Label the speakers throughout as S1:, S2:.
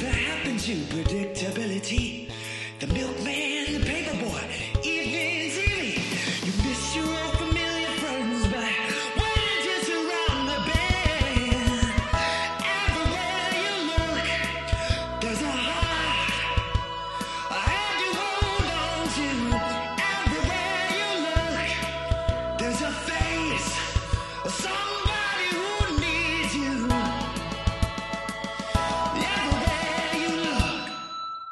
S1: to predictability. The milkman, the paperboy, even Zilly. You miss your old familiar friends, but when you're just around the bend, everywhere you look, there's a heart. And you hold on to everywhere you look, there's a face of somebody who needs you. Everywhere you look.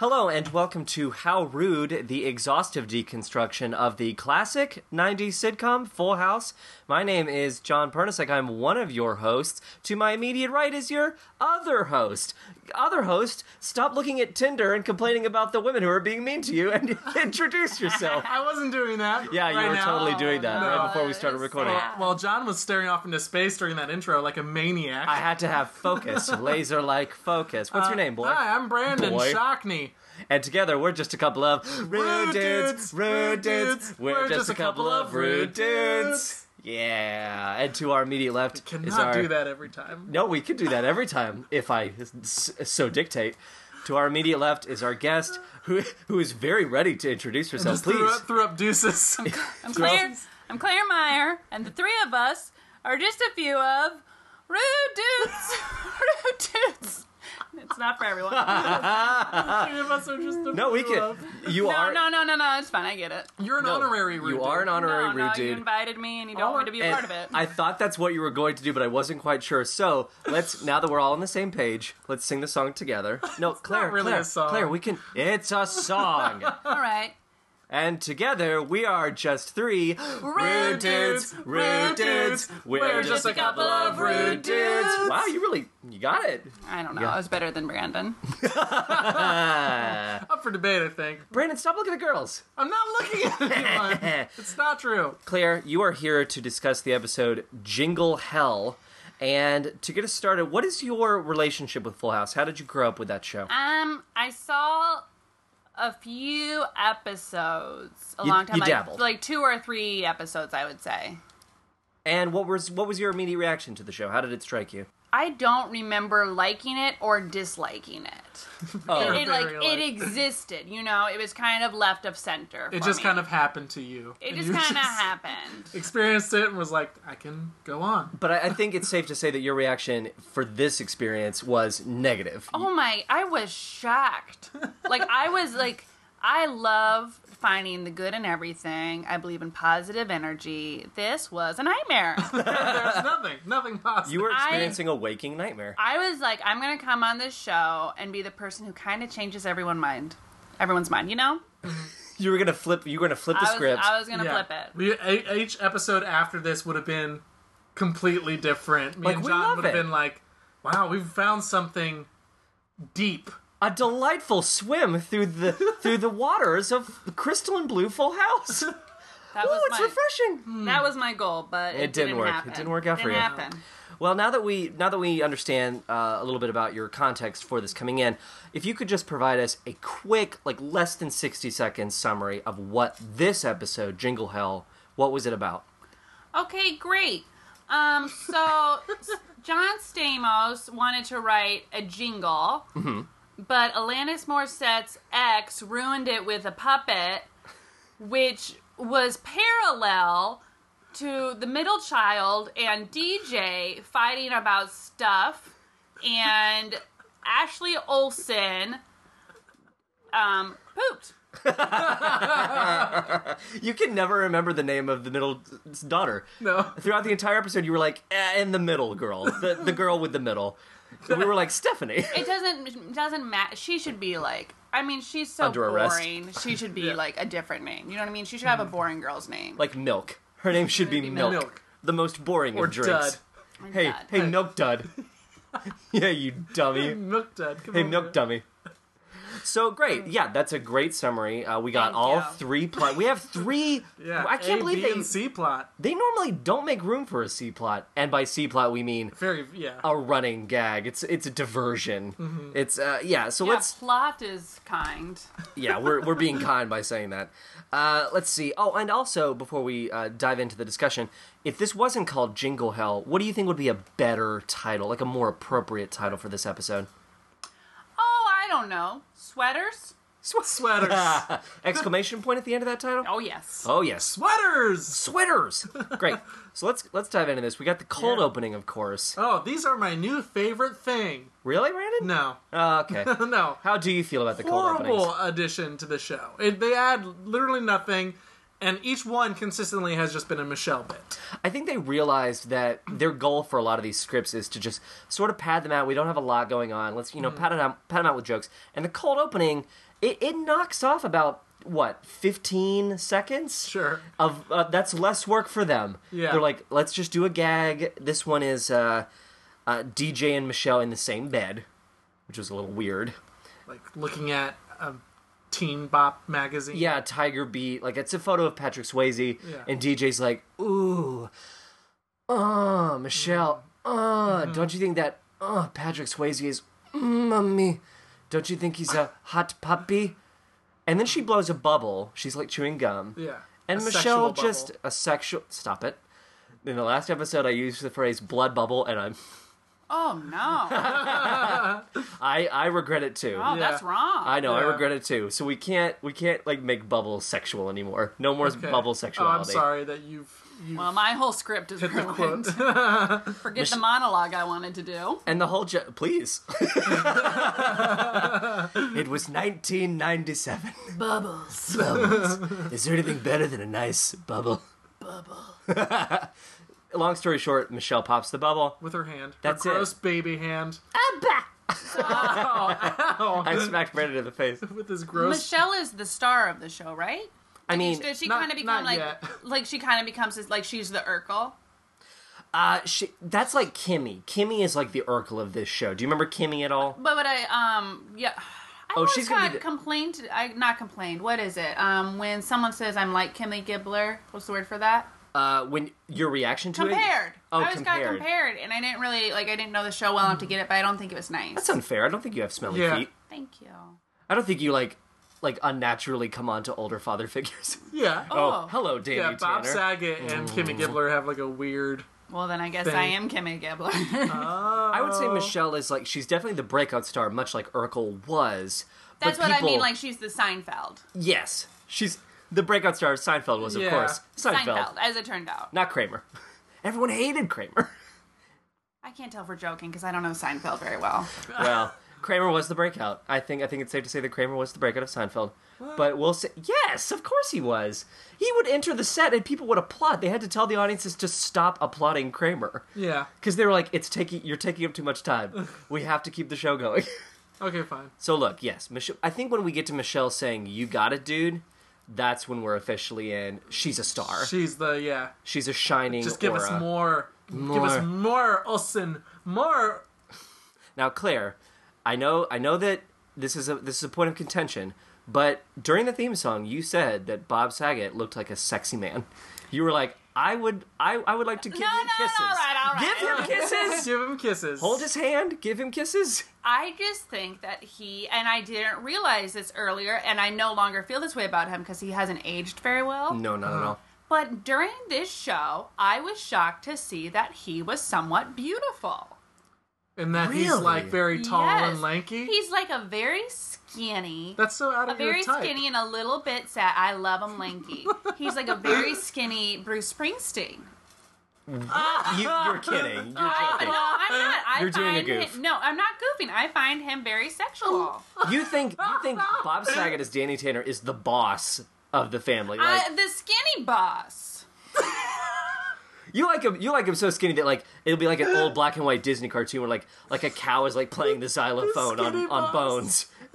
S2: Hello and welcome to How Rude, the exhaustive deconstruction of the classic 90s sitcom Full House. My name is John Pernasek. I'm one of your hosts. To my immediate right is your other host. Other host, stop looking at Tinder and complaining about the women who are being mean to you and introduce yourself.
S3: I wasn't doing that.
S2: Yeah, you
S3: right
S2: were
S3: now.
S2: totally doing that
S3: No.
S2: right before we started recording.
S3: Well, while John was staring off into space during that intro like a maniac.
S2: I had to have focus, laser like focus. What's your name, boy?
S3: Uh, Hi, I'm Brandon
S2: Boy.
S3: Shockney.
S2: And together, we're just a couple of rude dudes, rude dudes. We're just a couple of rude dudes. Yeah. And to our immediate left
S3: Cannot
S2: is our.
S3: do that every time.
S2: No, we can do that every time if I s- so dictate. To our immediate left is our guest, who who is very ready to introduce herself.
S3: Just threw
S2: Please,
S3: up, threw up deuces.
S4: I'm Claire. I'm Claire Meyer, and the three of us are just a few of rude dudes. rude dudes. It's not for everyone. no,
S3: Three of us are just a
S2: no, we
S3: few
S2: can.
S3: of-
S2: You are
S4: no, no, no, no. It's fine. I get it.
S3: You're an
S2: no,
S3: honorary rude
S2: You are an
S3: dude.
S2: honorary
S4: no,
S2: rude
S4: no,
S2: dude.
S4: you invited me, and you don't
S3: All
S4: want me to be a
S2: And
S4: part of it.
S2: I thought that's what you were going to do, but I wasn't quite sure. So let's now that we're all on the same page, let's sing the song together. No, Claire,
S3: really
S2: Claire,
S3: a song.
S2: Claire, we can. It's a song,
S4: All right.
S2: and together we are just three rude dudes, rude dudes. We're just a couple of rude dudes. Wow, you really you got it,
S4: I don't know. I was better than Brandon.
S3: Up for debate, I think.
S2: Brandon. Stop looking at girls. Eh,
S3: I'm not looking at anyone. it's not true.
S2: Claire, you are here to discuss the episode Jingle Hell. And to get us started, what is your relationship with Full House? How did you grow up with that show?
S4: Um, I saw a few episodes a
S2: You-
S4: long time
S2: you
S4: like,
S2: dabbled.
S4: like two or three episodes, I would say.
S2: And what was what was your immediate reaction to the show? How did it strike you?
S4: I don't remember liking it or disliking it.
S2: Oh,
S4: it like
S3: Very
S4: it
S3: like-
S4: existed, you know. It was kind of left of center.
S3: It
S4: for
S3: just
S4: me.
S3: kind of happened to you.
S4: it
S3: And
S4: just
S3: you
S4: kind of happened.
S3: Experienced it and was like, I can go on.
S2: but I, I think it's safe to say that your reaction for this experience was negative.
S4: Oh my! I was shocked. like I was like, I love finding the good in everything. I believe in positive energy. This was a nightmare.
S3: There's nothing, nothing positive.
S2: You were
S4: I-
S2: experiencing a waking nightmare.
S4: I was like, I'm gonna come on this show and be the person who kind of changes everyone's mind. Everyone's mind, you know.
S2: You were gonna flip. You were gonna flip the
S4: I was,
S2: script.
S4: I was gonna
S3: Yeah.
S4: flip it.
S3: We, e- each episode after this would have been completely different. Me
S2: Like,
S3: and
S2: we
S3: John
S2: love
S3: would have
S2: it.
S3: been like, "Wow, we've found something deep."
S2: a delightful swim through the through the waters of the crystalline blue Full House. Ooh,
S4: That was
S2: it's
S4: my, Hmm.
S2: refreshing.
S4: That was my goal, but it,
S2: It didn't work. It
S4: happen.
S2: didn't work out for
S4: Didn't
S2: you.
S4: happen.
S2: Well, now that we now that we understand uh, a little bit about your context for this coming in, if you could just provide us a quick, like less than sixty second summary of what this episode, Jingle Hell, what was it about?
S4: Okay, great. Um, so John Stamos wanted to write a jingle, but Alanis Morissette's ex ruined it with a puppet, which was parallel to the middle child and DJ fighting about stuff, and Ashley Olsen um, pooped.
S2: You can never remember the name of the middle daughter.
S3: No.
S2: Throughout the entire episode, you were like, eh, "In the middle, girl, the the girl with the middle." And we were like, "Stephanie."
S4: It doesn't doesn't matter. She should be like. I mean, she's so
S2: Under arrest. Mm.
S4: boring. She should be like a different name. You know what I mean? She should have a boring girl's name.
S2: Like milk. Her name should be milk.
S3: Milk.
S2: The most boring
S3: Or
S2: of drinks. Hey,
S4: Dud.
S2: hey, milk dud. yeah, you dummy.
S3: Milk Dud. Come
S2: Hey,
S3: over
S2: milk
S3: here.
S2: dummy. So great, yeah, that's a great summary. Uh, we got
S4: Thank
S2: all
S4: you.
S2: three plot. We have three.
S3: Yeah,
S2: I can't
S3: A,
S2: believe
S3: B,
S2: they
S3: and C plot.
S2: they normally don't make room for a C plot, and by C plot we mean
S3: Very yeah.
S2: a running gag. It's it's a diversion. It's uh yeah. So
S4: Yeah,
S2: let's
S4: plot is kind.
S2: yeah we're we're being kind by saying that. Uh, let's see. Oh, and also before we uh, dive into the discussion, if this wasn't called Jingle Hell, what do you think would be a better title, like a more appropriate title for this episode?
S4: Oh, I don't know. Sweaters?
S3: Sweaters.
S2: Exclamation point at the end of that title?
S4: Oh, yes.
S2: Oh yes.
S3: Sweaters.
S2: Sweaters. Great. So let's let's dive into this. We got the cold
S3: Yeah.
S2: opening, of course.
S3: Oh, these are my new favorite thing.
S2: Really, Brandon?
S3: No.
S2: Oh, okay.
S3: no.
S2: How do you feel about the cold openings?
S3: horrible addition to the show. It, they add literally nothing, and each one consistently has just been a Michelle bit.
S2: I think they realized that their goal for a lot of these scripts is to just sort of pad them out. We don't have a lot going on. Let's you
S3: Mm.
S2: know pad it out, pad them out with jokes. And the cold opening, it, it knocks off about what fifteen seconds.
S3: Sure.
S2: Of uh, that's less work for them.
S3: Yeah.
S2: They're like, let's just do a gag. This one is uh, uh, DJ and Michelle in the same bed, which was a little weird.
S3: Like looking at a Teen Bop magazine.
S2: Yeah, Tiger Beat. Like it's a photo of Patrick Swayze,
S3: Yeah.
S2: and DJ's like, "Ooh, uh, Michelle, uh,
S3: Mm-hmm.
S2: don't you think that uh, Patrick Swayze is mummy? Don't you think he's a hot puppy?" And then she blows a bubble. She's like chewing gum,
S3: Yeah.
S2: and
S3: A sexual
S2: Michelle
S3: bubble.
S2: just a sexual. Stop it. In the last episode, I used the phrase "blood bubble," and I'm
S4: Oh, no.
S2: I I regret it too.
S4: Oh, that's wrong.
S2: I know, I
S3: Yeah.
S2: regret it too. So we can't, we can't like make bubble sexual anymore. No more
S3: Okay.
S2: bubble
S3: Oh, I'm
S2: sexuality.
S3: sorry that you've. you've
S4: well, my whole script is
S3: hit the
S4: ruined.
S3: quote.
S4: Forget the monologue I wanted to do.
S2: And the whole jo- please. it was 1997.
S4: Bubbles.
S2: Bubbles. Is there anything better than a nice bubble?
S4: Bubble.
S2: Long story short, Michelle pops the bubble.
S3: with her hand.
S2: That's it.
S3: her gross baby hand.
S2: I smacked Brandon in the face.
S3: With his gross.
S4: Michelle is the star of the show, right?
S2: I mean,
S4: Does she
S3: not-
S4: kind of
S3: not
S4: become like,
S3: yet.
S4: like she kind of becomes this, like she's the Urkel?
S2: uh, she, that's like Kimmy. Kimmy is like the Urkel of this show. Do you remember Kimmy at all?
S4: But what I um yeah. I
S2: Oh,
S4: always
S2: she's gonna
S4: got
S2: be the-
S4: complained. I not complained. What is it? Um, when someone says I'm like Kimmy Gibbler, what's the word for that?
S2: Uh, when your reaction to it?
S4: Compared.
S2: Oh,
S4: I always got
S2: compared. Mm.
S4: compared, and I didn't really like. I didn't know the show well enough to get it, but I don't think it was nice.
S2: That's unfair. I don't think you have smelly
S3: Yeah.
S2: feet.
S4: Thank you.
S2: I don't think you like, like unnaturally come on to older father figures.
S3: yeah.
S2: Oh,
S4: Oh.
S2: hello, Danny
S3: yeah. Bob
S2: Tanner.
S3: Saget and Kimmy Gibbler have like a weird.
S4: Well, then I guess I am
S3: Thank-
S4: Kimmy Gibbler.
S2: I would say Michelle is like she's definitely the breakout star, much like Urkel was. but
S4: That's what I mean.
S2: people-
S4: Like she's the Seinfeld.
S2: yes, she's the breakout star. of Seinfeld was, of
S3: Yeah.
S2: course, Seinfeld,
S4: Seinfeld, as it turned out.
S2: not Kramer. Everyone hated Kramer.
S4: I can't tell if we're joking because I don't know Seinfeld very well.
S2: well, Kramer was the breakout. I think. I think it's safe to say that Kramer was the breakout of Seinfeld. But we'll say yes, of course he was. He would enter the set and people would applaud. They had to tell the audiences to stop applauding Kramer
S3: Yeah.
S2: because they were like, "It's taking you're taking up too much time. We have to keep the show going."
S3: Okay, fine.
S2: So look, yes, Michelle. I think when we get to Michelle saying "You got it, dude," that's when we're officially in. She's a star.
S3: She's the yeah.
S2: She's a shining.
S3: Just give
S2: aura.
S3: us more. Give
S2: More.
S3: us more Olsen. More.
S2: Now, Claire, I know, I know that this is a this is a point of contention, but during the theme song, you said that Bob Saget looked like a sexy man. You were like, "I would, I, I would like to give
S4: No,
S2: him
S4: no,
S2: kisses.
S4: no, all right, all right.
S2: Give him kisses.
S3: Give him kisses.
S2: Hold his hand. Give him kisses."
S4: I just think that he and I didn't realize this earlier, and I no longer feel this way about him because he hasn't aged very well.
S2: No, not at all.
S4: But during this show, I was shocked to see that he was somewhat beautiful.
S3: And that he's
S2: Really?
S3: like very tall
S4: Yes.
S3: and lanky.
S4: He's like a very skinny,
S3: That's so out
S4: a
S3: of your
S4: very
S3: type.
S4: skinny and a little bit sad. I love him lanky. He's like a very skinny Bruce Springsteen.
S2: You, you're kidding. You're
S3: Oh.
S4: I,
S2: joking.
S4: no, I'm not. I
S2: You're doing a
S4: find
S2: goof.
S4: Him, no, I'm not goofing. I find him very sexual.
S2: You think you think Bob Saget as Danny Tanner is the boss of the family? Like
S4: I, the skinny boss.
S2: you like him, you like him so skinny that like it'll be like an old black and white Disney cartoon where like like a cow is like playing the xylophone on,
S3: Skinny
S2: on
S3: boss.
S2: bones.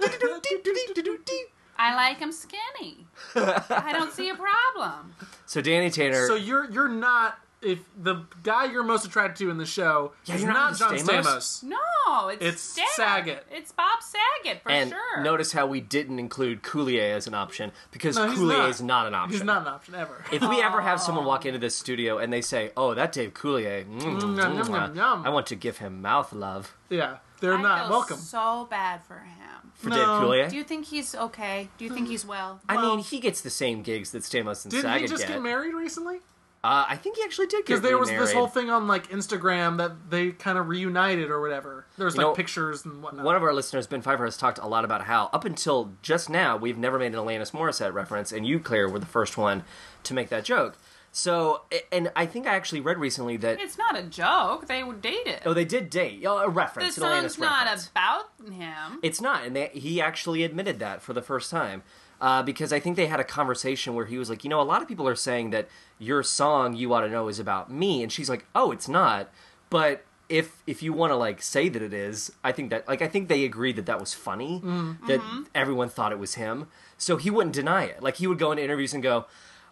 S4: I like him skinny. I don't see a problem.
S2: So Danny Tanner,
S3: So you're you're not if the guy you're most attracted to in the show
S2: Yeah,
S3: is
S2: you're not
S3: not John
S2: Stamos?
S3: Stamos.
S4: No, it's
S3: It's
S4: Stan.
S3: Saget.
S4: It's Bob Saget for
S2: and
S4: sure.
S2: notice how we didn't include Coulier as an option because
S3: No, he's
S2: Coulier
S3: not.
S2: is not an option.
S3: He's not an option ever.
S2: If we ever have someone walk into this studio and they say, "Oh, that Dave Coulier," mm,
S3: yum,
S2: mm,
S3: yum,
S2: uh,
S3: yum.
S2: I want to give him mouth love
S3: yeah, they're
S4: I
S3: not
S4: feel
S3: welcome.
S4: So bad for him.
S2: for Dave
S3: No.
S2: Coulier.
S4: Do you think he's okay? Do you think he's well?
S2: Hmm. I mean, he gets the same gigs that Stamos and
S3: Didn't
S2: Saget
S3: he just
S2: get.
S3: get married recently?
S2: Uh, I think he actually did get
S3: Because there was
S2: remarried.
S3: this whole thing on like Instagram that they kind of reunited or whatever. There's
S2: You
S3: like
S2: know,
S3: pictures and whatnot.
S2: One of our listeners, Ben Pfeiffer, has talked a lot about how up until just now we've never made an Alanis Morissette reference, and you, Claire, were the first one to make that joke. So, a- and I think I actually read recently that
S4: It's not a joke. They were dated.
S2: oh, they did date oh, a
S4: the
S2: reference. an
S4: song's
S2: Alanis
S4: not
S2: reference.
S4: about him.
S2: It's not, and they, he actually admitted that for the first time. Uh, because I think they had a conversation where he was like, you know, a lot of people are saying that your song "You Ought to Know" is about me, and she's like, oh, it's not. But if if you want to like say that it is, I think that like I think they agreed that that was funny, that everyone thought it was him, so he wouldn't deny it. Like he would go into interviews and go,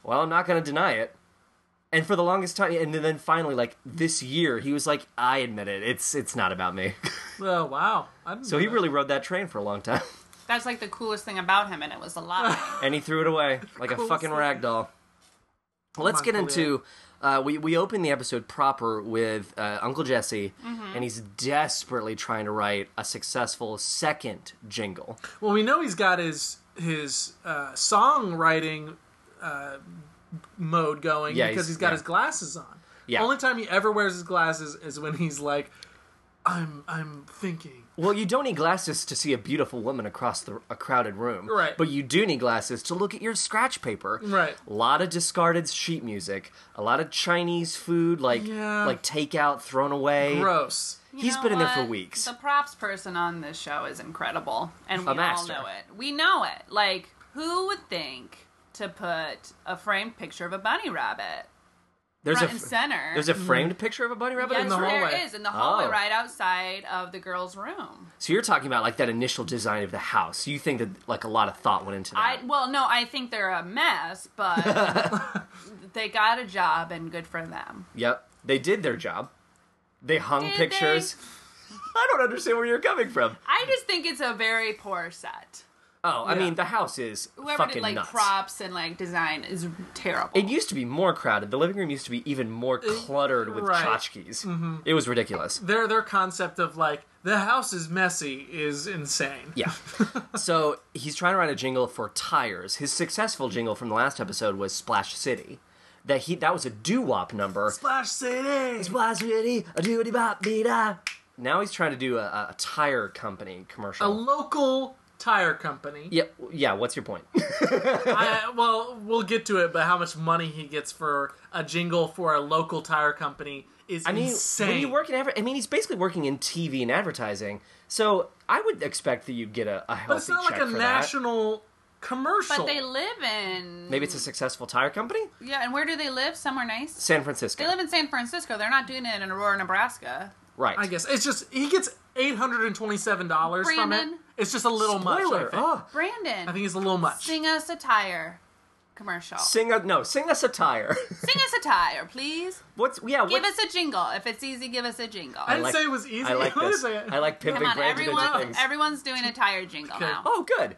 S2: well, I'm not going to deny it. And for the longest time, and then finally, like this year, he was like, I admit it, it's it's not about me.
S3: oh wow! I didn't
S2: so
S3: know
S2: he
S3: that.
S2: really rode that train for a long time.
S4: That's like the coolest thing about him, and it was a lie.
S2: and he threw it away like a
S3: Cool.
S2: fucking rag doll. Let's
S3: on,
S2: get
S3: Julio.
S2: into. Uh, we we open the episode proper with uh, Uncle Jesse,
S3: Mm-hmm.
S2: and he's desperately trying to write a successful second jingle.
S3: Well, we know he's got his his uh, songwriting uh, mode going
S2: Yeah,
S3: because
S2: he's-
S3: he's got
S2: yeah.
S3: his glasses on.
S2: Yeah.
S3: Only time he ever wears his glasses is when he's like, "I'm I'm thinking."
S2: Well, you don't need glasses to see a beautiful woman across the, a crowded room,
S3: Right.
S2: But you do need glasses to look at your scratch paper,
S3: Right.
S2: A lot of discarded sheet music, a lot of Chinese food, like
S3: Yeah.
S2: like takeout thrown away.
S3: Gross.
S4: He's
S2: He's been in there for weeks.
S4: The props person on this show is incredible, and we all
S2: master.
S4: know it. We know it. Like, who would think to put a framed picture of a bunny rabbit
S2: There's
S4: front
S2: a
S4: and center?
S2: there's a
S3: Mm-hmm.
S2: framed picture of a bunny rabbit
S4: yes,
S2: in the
S4: there
S2: hallway.
S4: is in the hallway
S2: Oh.
S4: right outside of the girls' room.
S2: So you're talking about like that initial design of the house. You think that like a lot of thought went into
S4: I
S2: that.
S4: well, no, I think they're a mess, but they got a job and good for them.
S2: yep, they did their job. They hung
S4: Did
S2: pictures.
S4: they?
S2: I don't understand where you're coming from.
S4: I just think it's a very poor set.
S2: Oh, I
S3: Yeah.
S2: mean the house is
S4: Whoever
S2: fucking
S4: did like
S2: nuts.
S4: props and like design is terrible.
S2: It used to be more crowded. The living room used to be even more
S4: Uh,
S2: cluttered with
S3: right.
S2: tchotchkes.
S4: Mm-hmm.
S2: It was ridiculous.
S3: Their their concept of like the house is messy is insane.
S2: Yeah. so he's trying to write a jingle for tires. His successful jingle from the last episode was Splash City. That he that was a doo wop number.
S3: Flash City.
S2: Splash City, a doody bop dee da. Now he's trying to do a, a tire company
S3: A
S2: commercial.
S3: local tire company.
S2: yeah, yeah. What's your point?
S3: I, well, we'll get to it, but how much money he gets for a jingle for a local tire company is
S2: I mean,
S3: insane.
S2: when you work in, adver- I mean, he's basically working in TV and advertising. So I would expect that you'd get a, a healthy
S3: but it's not like
S2: check
S3: a
S2: for that.
S3: national commercial.
S4: but they live in
S2: Maybe it's a successful tire company,
S4: Yeah, and where do they live? Somewhere nice.
S2: San Francisco,
S4: They live in San Francisco. They're not doing it in Aurora, Nebraska.
S2: right?
S3: I guess it's just he gets eight hundred and twenty-seven dollars from it.
S4: Brandon.
S3: It's just a little much. I
S2: Spoiler.
S3: think.
S2: Oh,
S4: Brandon,
S3: I think it's a little much.
S4: sing us a tire commercial. Sing,
S2: sing a no, sing us a tire.
S4: us a tire, please.
S2: what's yeah?
S4: Give
S2: what's,
S4: us a jingle. If it's easy, give us a jingle.
S3: I didn't
S2: like-
S3: say it was easy.
S2: I like
S3: What
S2: this.
S3: is it?
S2: I like
S4: Come
S2: pimping
S4: on,
S2: Brandon into
S4: everyone,
S2: things.
S4: everyone's doing a tire jingle now.
S2: oh, good.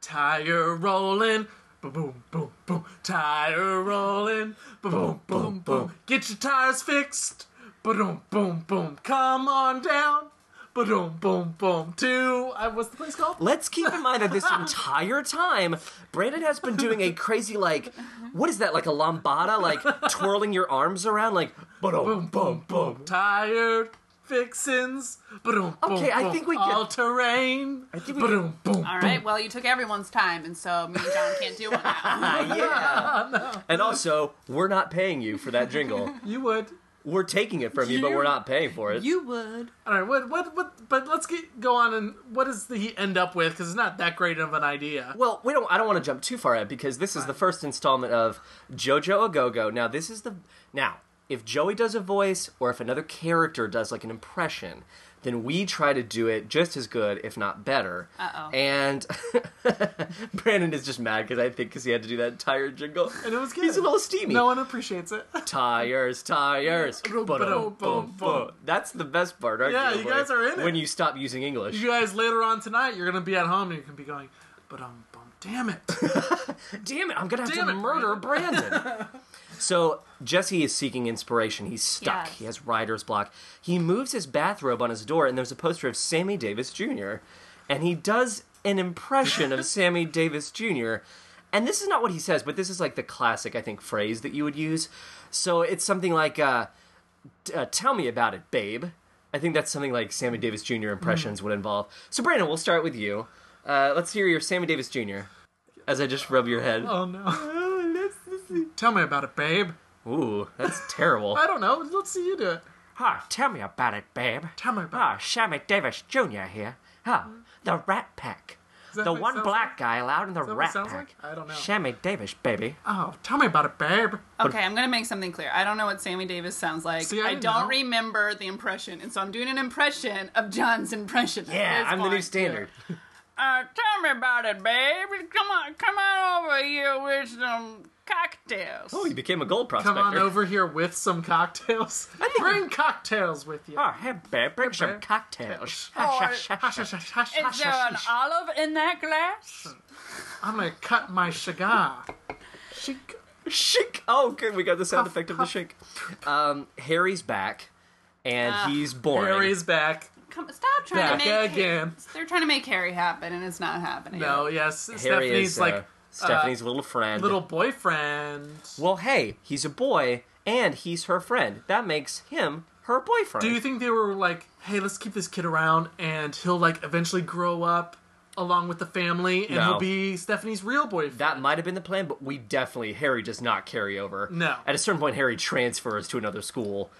S3: tire rolling. Boom, boom, boom, boom. Tire rolling. Boom, boom, boom, boom. Get your tires fixed. Boom, boom, boom. Come on down. Boom, boom, boom. To uh, what's the place called?
S2: Let's keep in mind that this entire time, Brandon has been doing a crazy like, what is that? Like a lambada, like twirling your arms around, like boom, boom, boom.
S3: Tire fixins. Boom, boom,
S2: Okay, I
S3: boom.
S2: think we can-
S3: all terrain. I
S2: think we
S3: Boom, boom.
S4: All right. Well, you took everyone's time, and so me and John can't do one now.
S2: Ah, yeah. And also, we're not paying you for that jingle.
S3: You would.
S2: We're taking it from you, but we're not paying for it.
S4: you would.
S3: All right. What? What? What? But let's get go on and what does he end up with? Because it's not that great of an idea.
S2: Well, we don't. I don't want to jump too far ahead because this is the first installment of JoJo Agogo. Now, this is the now. If Joey does a voice or if another character does like an impression, then we try to do it just as good, if not better.
S4: Uh-oh.
S2: And Brandon is just mad because I think because he had to do that entire jingle.
S3: And it was good.
S2: He's a little steamy.
S3: No one appreciates it.
S2: Tires, tires.
S3: Boom,
S2: Ba-dum, boom, boom. That's the best part, aren't
S3: Yeah,
S2: you?
S3: you guys are in it.
S2: When you stop using English.
S3: you guys later on tonight you're gonna be at home and you're gonna be going but um bum damn it
S2: Damn it, I'm gonna have
S3: Damn
S2: to
S3: it,
S2: murder Brandon. so Jesse is seeking inspiration. He's stuck.
S4: Yes.
S2: He has writer's block. He moves his bathrobe on his door, and there's a poster of Sammy Davis Jr. And he does an impression of Sammy Davis Jr. And this is not what he says, but this is like the classic, I think, phrase that you would use. So it's something like, uh, t- uh, "Tell me about it, babe." I think that's something like Sammy Davis Jr. impressions
S3: Mm.
S2: would involve. So, Brandon, we'll start with you. Uh, let's hear your Sammy Davis Jr. As I just rub your head.
S3: Oh no. Tell me about it, babe.
S2: Ooh, that's terrible.
S3: I don't know. Let's see you do it.
S2: Ah, tell me about it, babe.
S3: Tell me about Hmm?
S2: Ah, Sammy Davis Jr. here. Ah, the Rat Pack.
S3: that
S2: The
S3: what it
S2: one
S3: sounds
S2: black guy allowed in the
S3: that what it
S2: Rat
S3: sounds
S2: Pack.
S3: like? I don't know.
S2: Sammy Davis, baby.
S3: Oh, tell me about it, babe.
S4: Okay, I'm gonna make something clear. I don't know what Sammy Davis sounds like.
S3: See, I didn't
S4: don't
S3: know.
S4: remember the impression, and so I'm doing an impression of John's impression. at
S2: Yeah,
S4: this
S2: I'm the new
S4: point.
S2: standard.
S4: Uh, tell me about it, babe. Come on, come on over here with some cocktails.
S2: Oh, you became a gold prospector.
S3: Come on over here with some cocktails. Bring cocktails with you.
S2: Oh, hey, babe, bring some
S3: babe.
S2: cocktails.
S4: Oh,
S2: Ha, sha, sha,
S3: Hush,
S2: sha.
S3: hush, hush, hush,
S4: Is
S3: hush,
S4: there an
S3: hush.
S4: olive in that glass?
S3: I'm gonna cut my cigar. Cigar.
S2: Shink! Oh, good. We got the sound effect of the
S3: puff.
S2: shink. Um, Harry's back, and he's boring.
S3: Ah, Harry's back.
S4: Come, stop trying
S3: Back
S4: to make
S3: again.
S4: They're trying to make Harry happen, and it's not happening.
S3: No, yes.
S2: Harry
S3: Stephanie's
S2: is uh,
S3: like
S2: Stephanie's little friend.
S3: little boyfriend.
S2: Well, hey, he's a boy, and he's her friend. That makes him her boyfriend.
S3: Do you think they were like, hey, let's keep this kid around and he'll like eventually grow up along with the family and
S2: No.
S3: he'll be Stephanie's real boyfriend?
S2: that might have been the plan, but we definitely Harry does not carry over.
S3: No.
S2: At a certain point, Harry transfers to another school,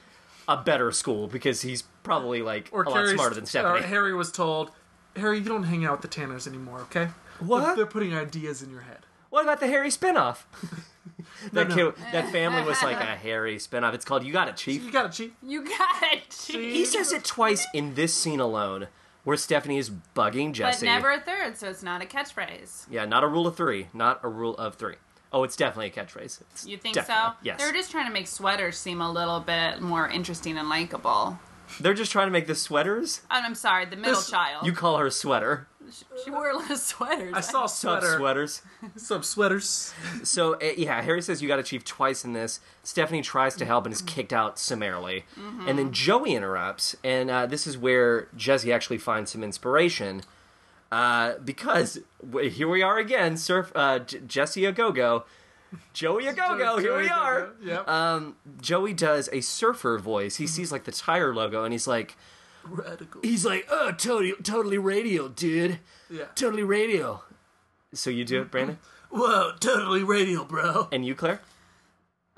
S2: a better school, because he's probably like a lot
S3: Carrie's-
S2: smarter than
S3: or
S2: Stephanie.
S3: Harry was told, Harry, you don't hang out with the Tanners anymore, okay?
S2: What?
S3: They're putting ideas in your head.
S2: What about the Harry spinoff? that
S3: No, no.
S2: kid, that family was like a Harry spinoff. It's called You Got It, Chief.
S3: You gotta cheat.
S4: you got it.
S2: He says it twice in this scene alone, where Stephanie is bugging
S4: but
S2: Jesse.
S4: never a third, so it's not a catchphrase.
S2: Yeah, not a rule of three, not a rule of three. Oh, it's definitely a catchphrase. It's
S4: You think
S2: definitely-
S4: so?
S2: Yes.
S4: They're just trying to make sweaters seem a little bit more interesting and likable.
S2: They're just trying to make the sweaters.
S4: Oh, I'm sorry, the middle
S3: This-
S4: child.
S2: You call her sweater.
S4: she wore a lot of sweaters.
S3: I saw a
S2: Tough
S3: sweater.
S2: sweaters.
S3: Some sweaters.
S2: So uh, yeah, Harry says you got to chief twice in this. Stephanie tries to help and is kicked out summarily,
S4: Mm-hmm.
S2: and then Joey interrupts, and uh, this is where Jesse actually finds some inspiration, uh, because w- here we are again, Surf uh, J- Jesse a go go, Joey a go
S3: oh,
S2: go. Here we are.
S3: Yep.
S2: Um, Joey does a surfer voice. He sees like the tire logo, and he's like,
S3: Radical.
S2: he's like, oh, totally, totally radio, dude,
S3: Yeah.
S2: totally radio. So you do it, Brandon,
S3: Whoa, totally radial, bro.
S2: and you, Claire.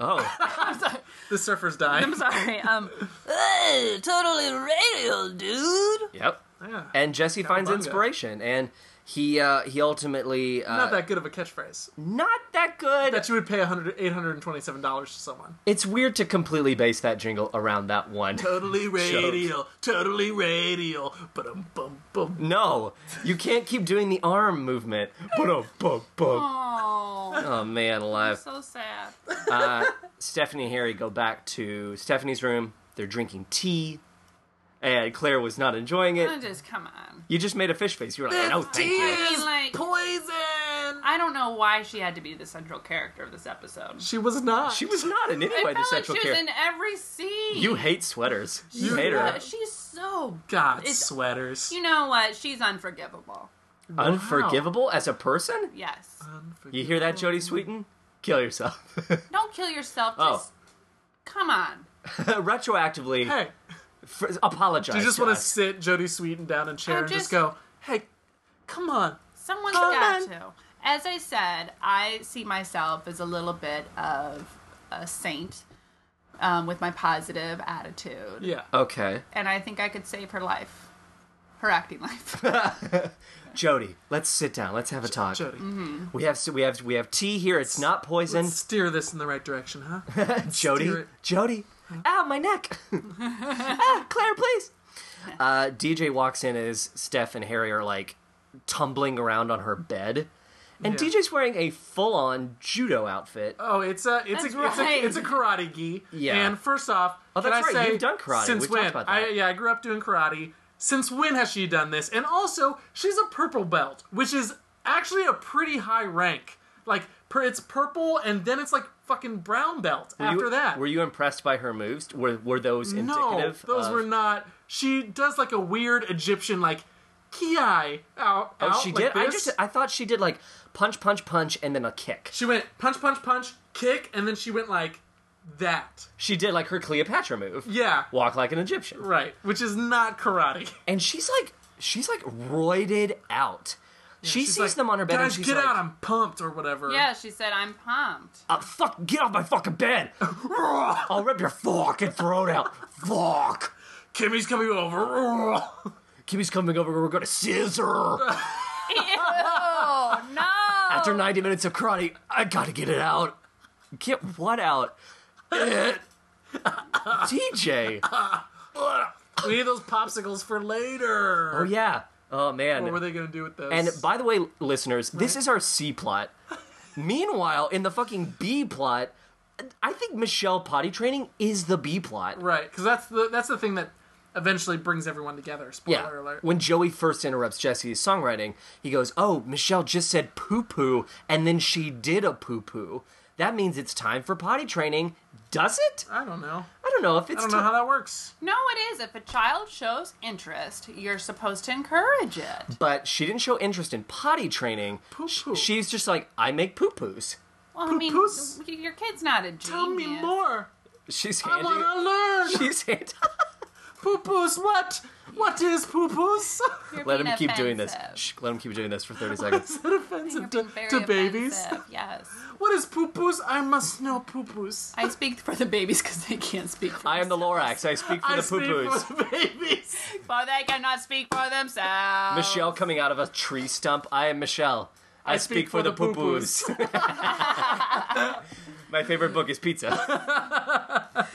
S2: oh.
S3: The surfers die.
S4: I'm sorry. Um, "Hey, totally radial, dude.
S2: Yep.
S3: Yeah.
S2: And Jesse finds
S3: Cowabunga.
S2: inspiration, and he uh, he ultimately uh,
S3: Not that good of a catchphrase.
S2: not that good.
S3: That you would pay $100 $827 to someone.
S2: it's weird to completely base that jingle around that one.
S3: Totally radial. Totally radial. Bum bum bum.
S2: No, you can't keep doing the arm movement. Ba-dum, bum, bum.
S4: Oh,
S2: Oh man, alive.
S4: so sad.
S2: Stephanie and Harry go back to Stephanie's room. They're drinking tea, and Claire was not enjoying it.
S4: Oh, Just come on.
S2: You just made a fish face. You were like, "No, thank
S3: Tea
S2: you."
S4: I mean,
S3: is
S4: like-
S3: poison.
S4: I don't know why she had to be the central character of this episode.
S3: She was not.
S2: She was not in any
S4: I
S2: way the
S4: felt like she
S2: sexual
S4: was
S2: care.
S4: in every scene.
S2: You hate sweaters. You
S3: You-
S2: hate
S4: Yeah,
S2: her.
S4: she's so.
S3: God,
S4: It's-
S3: sweaters.
S4: You know what? She's unforgivable.
S2: Unforgivable as a person.
S4: Yes.
S2: Uh, You hear that, Jody Sweeten? Kill yourself.
S4: Don't kill yourself.
S2: Oh.
S4: Just come on.
S2: Retroactively,
S3: Hey,
S2: fr- apologize.
S3: do you just
S2: to
S3: want to
S2: us.
S3: sit Jody Sweeten down in a chair
S4: Oh,
S3: and just
S4: just-
S3: go, hey, come on.
S4: Someone's
S3: Come
S4: got
S3: on.
S4: to. As I said, I see myself as a little bit of a saint um, with my positive attitude.
S3: Yeah.
S2: Okay,
S4: And I think I could save her life, her acting life.
S2: Jody, let's sit down. Let's have a talk.
S3: Jody,
S2: We have we have we have tea here. It's not poison.
S3: let's steer this in the right direction, huh?
S2: Jody,
S3: steer it.
S2: Jody, ow, my neck. ah, Claire, please. Uh, DJ walks in as Steph and Harry are like tumbling around on her bed, and
S3: Yeah.
S2: DJ's wearing a full-on judo outfit.
S3: Oh, it's a it's a,
S4: That's
S3: it's a
S4: right.
S3: it's a karate gi.
S2: Yeah.
S3: And first off,
S2: Oh, that's
S3: can I
S2: right,
S3: say
S2: you've done karate.
S3: since
S2: We've talked
S3: when?
S2: about
S3: I,
S2: that.
S3: yeah, I grew up doing karate. Since when has she done this? And also, she's a purple belt, which is actually a pretty high rank. Like per, it's purple, and then it's like fucking brown belt
S2: Were you-
S3: after that.
S2: were you impressed by her moves? Were were those
S3: no,
S2: indicative?
S3: those
S2: of-
S3: were not. She does like a weird Egyptian like ki out. out
S2: Oh, she
S3: like
S2: did. I
S3: this.
S2: just I thought she did like punch, punch, punch, and then a kick.
S3: She went punch, punch, punch, kick, and then she went like that.
S2: She did like her Cleopatra move.
S3: Yeah.
S2: Walk like an Egyptian.
S3: Right, which is not karate.
S2: And she's like she's like roided out. she
S3: She's
S2: sees
S3: like,
S2: them on her bed and
S3: Guys,
S2: she's
S3: get
S2: like,
S3: out! I'm pumped or whatever.
S4: Yeah, she said, I'm pumped.
S2: "Uh, fuck, get off my fucking bed. I'll rip your fucking throat out. Fuck.
S3: Kimmy's coming over.
S2: Kimmy's coming over. We're gonna scissor.
S4: Oh, no.
S2: After 90 minutes of karate, I gotta get it out. Get what out? Eh. DJ.
S3: we need those popsicles for later.
S2: Oh yeah. Oh man.
S3: What were they gonna do with those?
S2: And by the way, listeners, this is our C plot. Meanwhile, in the fucking B plot, I think Michelle potty training is the B plot.
S3: right, because that's the that's the thing that eventually brings everyone together. Spoiler
S2: Yeah.
S3: alert.
S2: When Joey first interrupts Jesse's songwriting, he goes, "Oh, Michelle just said poo poo, and then she did a poo poo. That means it's time for potty training, does it?
S3: I don't know.
S2: I don't know if it's
S3: I don't know
S2: ti-
S3: how that works.
S4: No, it is. If a child shows interest, you're supposed to encourage it.
S2: but she didn't show interest in potty training. Sh-
S3: Poo-poo.
S2: She's just like, I make poo poos.
S4: Well, I mean,
S3: Poo-poos.
S4: y- your kid's not a genius.
S3: Tell me more.
S2: She's
S3: I
S2: handy.
S3: wanna learn.
S2: She's handy.
S3: Poo-poos, what? What is poo-poos?
S4: You're
S2: let him
S4: being
S2: keep doing this.
S4: offensive.
S2: Shh, let him keep doing this for 30 seconds.
S3: Is that offensive
S4: You're
S3: to,
S4: being very
S3: to babies?
S4: offensive, Yes.
S3: What is poo-poos? I must know poo-poos.
S4: I speak for the babies because they can't speak for
S2: I am the Lorax. I speak for
S3: I
S2: the poo
S3: speak
S2: poos.
S3: for the babies.
S4: For they cannot speak for themselves.
S2: Michelle coming out of a tree stump. I am Michelle. Um, I, speak, for, the poo poos. My favorite book is Pizza. um,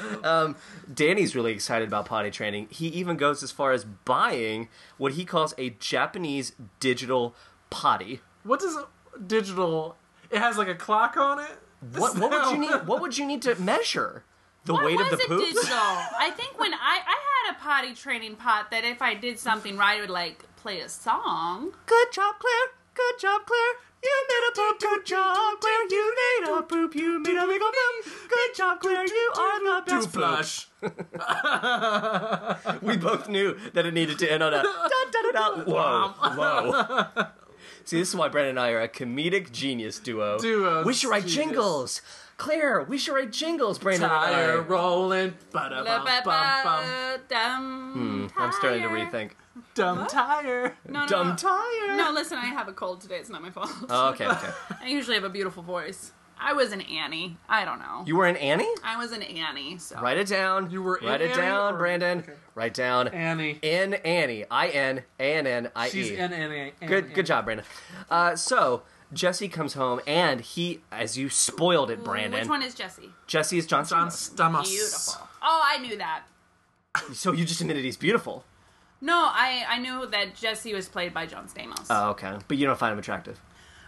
S2: Danny's really excited about potty training. He even goes as far as buying what he calls a Japanese digital potty.
S3: What does digital? It has like a clock on it.
S2: What, what would you need? What would you need to measure? The weight of
S4: was
S2: the
S4: it
S2: poops?
S4: digital? I think when I I had a potty training pot that if I did something right, it would like play a song.
S2: Good job, Claire. Good job, Claire. You made a poop. Good job, Claire. You made a poop. You made a big old poop. Good job, Claire. You are the
S3: Do
S2: best poop.
S3: flush.
S2: We both knew that it needed to end on a da da da da. Whoa, whoa. See, this is why Brandon and I are a comedic genius duo.
S3: Duo
S2: We should write
S3: genius.
S2: jingles. Claire, we should write jingles, Brandon
S3: Tire
S2: and I.
S3: rolling. Bum bum
S4: Dum.
S2: Hmm, I'm starting to rethink.
S3: Dumb tire.
S4: No, no,
S2: Dumb
S4: no.
S2: Uh, tire.
S4: No, listen, I have a cold today. It's not my fault.
S2: Oh, okay, okay.
S4: I usually have a beautiful voice. I was an Annie. I don't know.
S2: You were an Annie?
S4: I was an Annie. So
S2: Write it down. You
S3: were in
S2: Write it
S3: Annie
S2: down,
S3: or-
S2: Brandon. Write down.
S3: Annie.
S2: N Annie. I N A N N I E.
S3: She's in Annie.
S2: Good good job, Brandon. Uh, so Jesse comes home and he as you spoiled it, Brandon.
S4: which one is Jesse?
S2: Jesse is John
S3: John
S2: Stamos.
S3: Stamos.
S4: Beautiful. Oh, I knew that.
S2: So you just admitted he's beautiful.
S4: No, I I knew that Jesse was played by John Stamos.
S2: Oh, okay. But you don't find him attractive.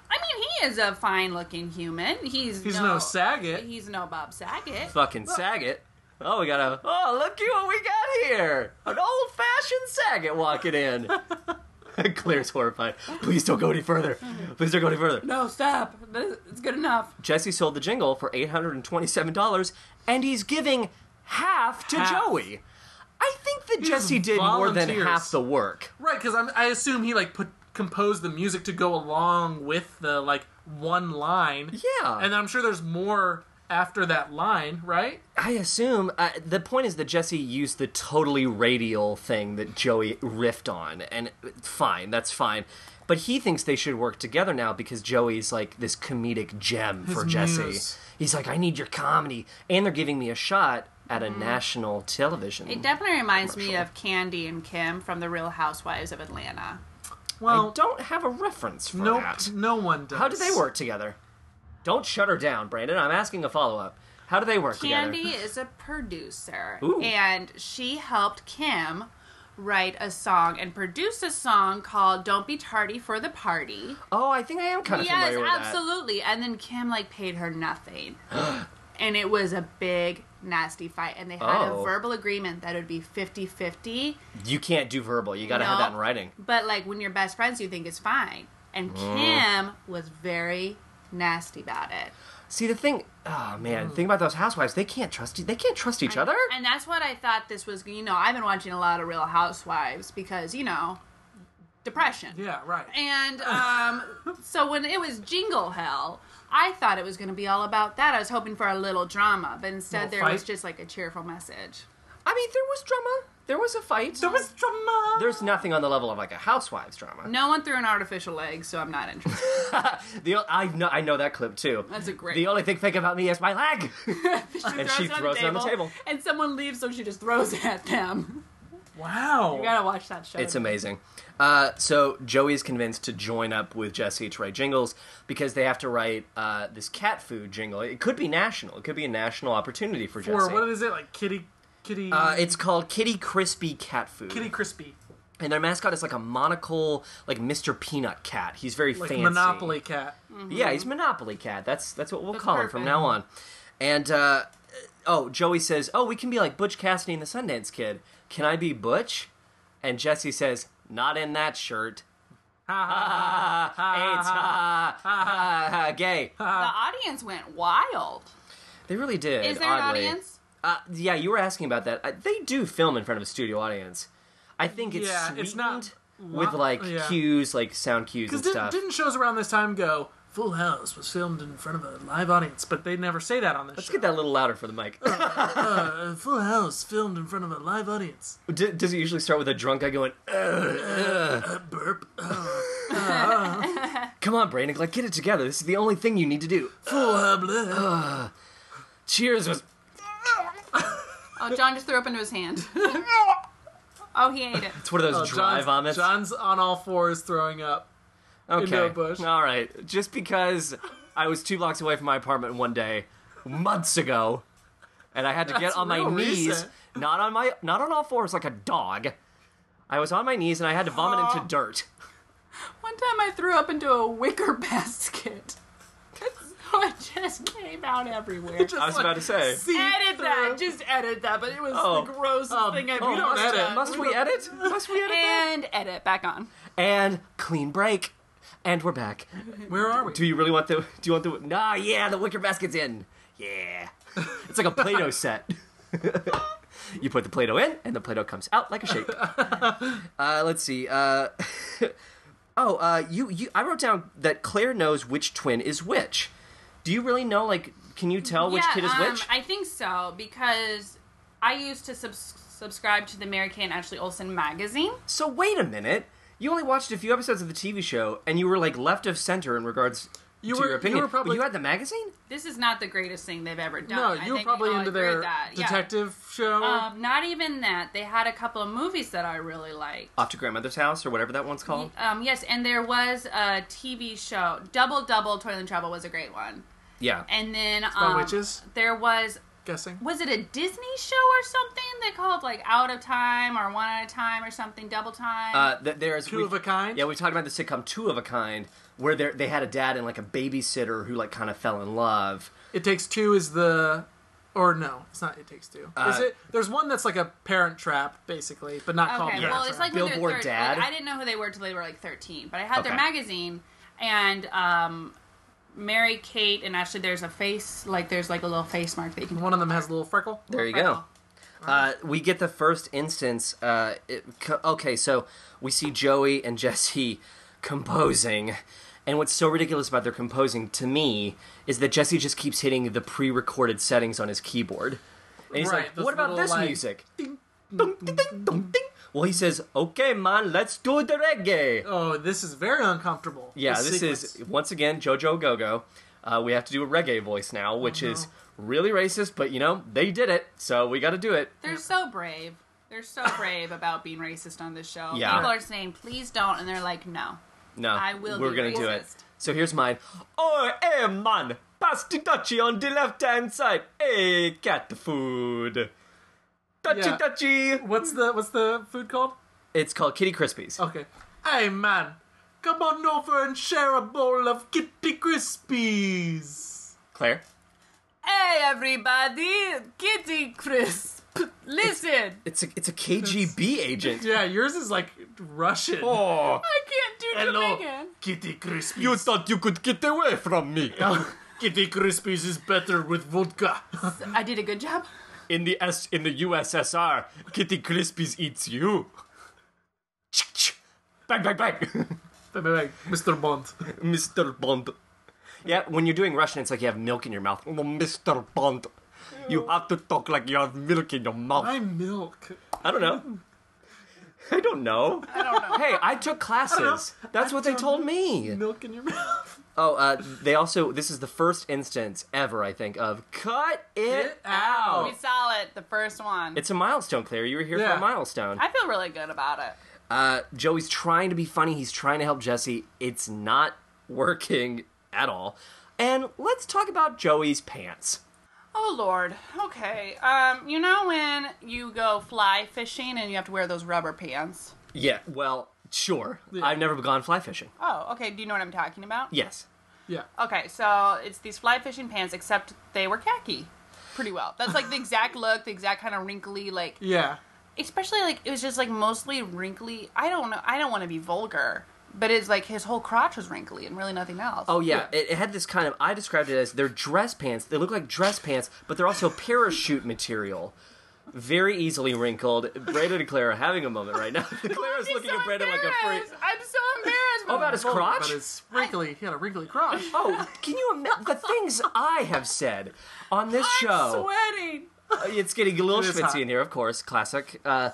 S4: I mean, he is a fine-looking human. He's
S3: He's no Saget.
S4: He's no Bob Saget.
S2: Fucking Saget. Oh, we got a. Oh, look at what we got here. An old fashioned Saget walking in. Claire's horrified. Please don't go any further. Please don't go any further.
S4: No, stop. This- It's good enough.
S2: Jesse sold the jingle for $827 and he's giving half to
S3: Half.
S2: Joey. I think that Jesse did more than
S3: volunteers.
S2: half the work.
S3: Right, because I assume he like put composed the music to go along with the like one line.
S2: Yeah.
S3: And I'm sure there's more after that line, right?
S2: I assume uh, the point is that Jesse used the totally radial thing that Joey riffed on, and fine, that's fine. But he thinks they should work together now because Joey's like this comedic gem for Jesse.
S3: muse.
S2: He's like, I need your comedy, and they're giving me a shot at
S3: Mm.
S2: a national television.
S4: It definitely reminds me of Candy and Kim from The Real Housewives of Atlanta.
S2: I
S3: Well,
S2: don't have a reference for
S3: nope,
S2: that.
S3: no one does.
S2: How do they work together? Don't shut her down, Brandon. I'm asking a follow up. How do they work
S4: Candy
S2: together?
S4: is a producer,
S2: Ooh.
S4: and she helped Kim write a song and produce a song called "Don't Be Tardy for the Party."
S2: Oh, I think I am kind of
S4: yes,
S2: familiar with
S4: absolutely. And then Kim like paid her nothing, and it was a big nasty fight. And they had
S2: Oh.
S4: a verbal agreement that it would be 50-50.
S2: that. You can't do verbal. You got to have
S4: No.
S2: that in writing. Mm.
S4: But like when you're best friends, you think it's fine. And Kim was very nasty about it.
S2: See the thing, oh man, think about those housewives. They can't trust. e- They can't trust each other.
S4: Mm. And that's what I thought this was. You know, I've been watching a lot of Real Housewives because you know depression.
S3: Yeah, right.
S4: And um, so when it was Jingle Hell, I thought it was going to be all about that. I was hoping for a little drama, but instead
S3: Little
S4: there
S3: fight.
S4: was just like a cheerful message.
S2: I mean, there was drama. There was a fight.
S3: there was drama.
S2: There's nothing on the level of like a housewives drama.
S4: No one threw an artificial leg, so I'm not interested.
S2: The o- I know I know that clip too.
S4: That's a great-
S2: The only thing fake about me is my leg. And she throws it on the table.
S4: and someone leaves, so she just throws it at them.
S3: wow.
S4: You gotta watch that show.
S2: It's amazing. Uh, so Joey's convinced to join up with Jesse to write jingles because they have to write uh, this cat food jingle. It could be national. It could be a national opportunity for
S3: or
S2: Jesse.
S3: what is it like? Kitty, kitty,
S2: uh, it's called Kitty Crispy Cat Food.
S3: kitty crispy,
S2: And their mascot is like a monocle, like Mr. Peanut Cat. He's very
S3: like
S2: fancy.
S3: Monopoly cat.
S4: Mm.
S2: Yeah, he's Monopoly Cat. That's that's what we'll
S4: That's
S2: call him from
S4: perfect.
S2: now on. And uh, oh, Joey says, "Oh, we can be like Butch Cassidy and the Sundance Kid. Can I be Butch?" And Jesse says, "Not in that shirt. It's ha, ha, ha, gay."
S4: the audience went wild.
S2: They really did.
S4: Is there an
S2: oddly.
S4: audience?
S2: Uh, yeah, you were asking about that. Uh, they do film in front of a studio audience. I think it's
S3: Yeah,
S2: sweetened
S3: it's not
S2: with
S3: lo-
S2: like
S3: yeah.
S2: cues, like sound cues and
S3: Because did,
S2: stuff.
S3: didn't shows around this time go? Full House was filmed in front of a live audience, but they never say that on this. Uh,
S2: Let's get that a little louder for the mic.
S3: Full House filmed in front of a live audience.
S2: D- does it usually start with a drunk guy going, "Ugh,
S3: Burp.
S2: "Come on, Brandon, like get it together. This is the only thing you need to do."
S3: Full Hubble.
S2: Cheers was
S4: Oh, John just threw up into his hand. oh, he ate it.
S2: it's one of those dry vomits.
S3: John's on all fours throwing up.
S2: okay,
S3: into a bush.
S2: all right. Just because I was two blocks away from my apartment one day months ago, and I had to
S3: That's
S2: get on my
S3: real
S2: knees,
S3: recent.
S2: not on my not on all fours like a dog. I was on my knees and I had to vomit into dirt.
S4: One time I threw up into a wicker basket. So it just came out everywhere.
S3: Just
S2: I was about to say.
S3: see
S4: edit that.
S3: through.
S4: Just edit that. But it was
S2: Oh.
S4: the grossest
S3: Um,
S4: thing I've
S3: oh,
S4: ever
S3: we don't edit.
S4: done.
S2: Must we edit? Must we edit? that?
S4: And edit back on.
S2: And clean break. And we're back.
S3: Where are we?
S2: Do you really want the? Do you want the? Nah, yeah, the wicker basket's in. Yeah, it's like a Play-Doh set. you put the Play-Doh in, and the Play-Doh comes out like a shape. Uh, let's see. Uh, oh, uh, you, you. I wrote down that Claire knows which twin is which. Do you really know? Like, can you
S3: Oh,
S2: tell which
S4: yeah,
S2: kid is
S4: um,
S2: which?
S4: I think so because I used to subs- subscribe to the Mary Kay and Ashley Olsen magazine.
S2: so wait a minute. You only watched a few episodes of the TV show, and you were like left of center in regards
S3: You
S2: to
S3: were-
S2: your
S3: you
S2: opinion.
S3: were probably-
S2: but you had the magazine.
S4: This is not the greatest thing they've ever done.
S3: No,
S4: I
S3: you were
S4: think
S3: probably
S4: we all
S3: into
S4: agree with
S3: their
S4: that. Yeah.
S3: detective show.
S4: Um, not even that. They had a couple of movies that I really liked.
S3: Uh,
S2: Off to grandmother's house or whatever that one's called.
S4: Um, yes, and there was a TV show. Double Double Toil and Trouble was a great one.
S2: Yeah.
S4: And then
S3: about
S4: um,
S3: witches?
S4: There was
S3: guessing.
S4: was it a Disney show or something they called like Out of Time or One at a Time or something Double Time?
S2: Uh, th- there's
S3: Two
S2: we-
S3: of a Kind?
S2: Yeah, we talked about the sitcom Two of a Kind, where they they had a dad and like a babysitter who like kind of fell in love.
S3: It Takes Two is the, or no, it's not. It Takes Two. is
S2: Uh,
S3: it? There's one that's like a Parent Trap, basically, but not called
S4: Okay,
S3: Parent
S4: well,
S3: Trap.
S4: it's like when they're
S2: Billboard
S4: 13
S2: Dad?
S4: Like, I didn't know who they were till they were like thirteen, but I had their
S2: Okay.
S4: magazine and um, Mary Kate and actually there's a face like there's like a little face mark that you can.
S3: one of them has a little freckle.
S2: There you go. Uh, we get the first instance. Uh, it, co- okay, so we see Joey and Jesse composing, and what's so ridiculous about their composing to me is that Jesse just keeps hitting the pre-recorded settings on his keyboard, and he's
S3: Right,
S2: like,
S3: those
S2: "What about
S3: little,
S2: this
S3: like,
S2: music?" Dum, ding, ding, dum, ding. Well, he says, "Okay, man, let's do the reggae."
S3: Oh, this is very uncomfortable.
S2: Yeah, this,
S3: sequence.
S2: is once again JoJo Gogo. Uh, we have to do a reggae voice now, which is really racist, but you know they did it, so we got to do it.
S4: They're so brave. They're so brave about being racist on this show.
S2: Yeah.
S4: People are saying, please don't, and they're like, no.
S2: No,
S4: I will
S2: We're
S4: be
S2: gonna do it.
S4: racist.
S2: So here's mine. Oh, eh, man, pass the touchy on the left hand side. Hey, cat food. Touchy,
S3: Yeah.
S2: touchy.
S3: What's the what's the food called?
S2: It's called Kitty
S4: Oh.
S2: Krispies.
S3: Okay. Hey man, come on over and share a bowl of Kitty Krispies.
S2: Claire,
S4: Hey, everybody, Kitty Crisp, listen,
S2: it's a it's a KGB agent.
S3: Yeah, yours is like Russian.
S2: Oh,
S4: I can't do Jamaican.
S3: Kitty Krispies.
S2: you thought you could get away from me
S3: Kitty Krispies is better with vodka.
S4: I did a good job.
S2: in the S in the USSR? Kitty Krispies eats you. Bang, bang, bang.
S3: Wait, wait, wait. Mr. Bond.
S2: Mr. Bond. Yeah, when you're doing Russian, it's like you have milk in your mouth. Oh, Mr. Bond. You have to talk like you have milk in your mouth.
S3: My milk.
S2: I don't know. I don't know. I don't know. Hey, I took classes. That's what they told me.
S3: Milk in your mouth.
S2: Oh, uh, they also, this is the first instance ever, I think, of cut it
S3: Get
S2: out.
S4: We saw it, the first one.
S2: Oh. It's a milestone, Claire. You were here for
S3: Yeah.
S2: a milestone.
S4: I feel really good about it.
S2: Uh, Joey's trying to be funny. He's trying to help Jesse. It's not working at all. And let's talk about Joey's pants.
S4: Oh Lord. Okay. Um, you know when you go fly fishing and you have to wear those rubber pants?
S2: Yeah, well, sure. I've never gone fly fishing.
S4: Oh, okay. Do you know what I'm talking about?
S2: Yes.
S3: Yeah.
S4: Okay, so it's these fly fishing pants, except they were khaki. Pretty well. That's like the exact look, the exact kind of wrinkly, like
S3: Yeah.
S4: especially like it was just like mostly wrinkly. I don't know. I don't want to be vulgar, but it's like his whole crotch was wrinkly and really nothing else.
S2: Oh yeah, It, it had this kind of. I described it as they're dress pants. They look like dress pants, but they're also parachute material. Very easily wrinkled. Brandon and Claire are having a moment right now. Clara's looking at Brandon like a freak.
S4: I'm so embarrassed.
S2: Oh, about his
S3: But
S2: crotch.
S3: it's wrinkly. He had a wrinkly crotch.
S2: Oh, can you imagine the things I have said on this show?
S4: sweating.
S2: it's getting a little
S3: It is hot.
S2: schwitzy in here, of course. Classic. Uh,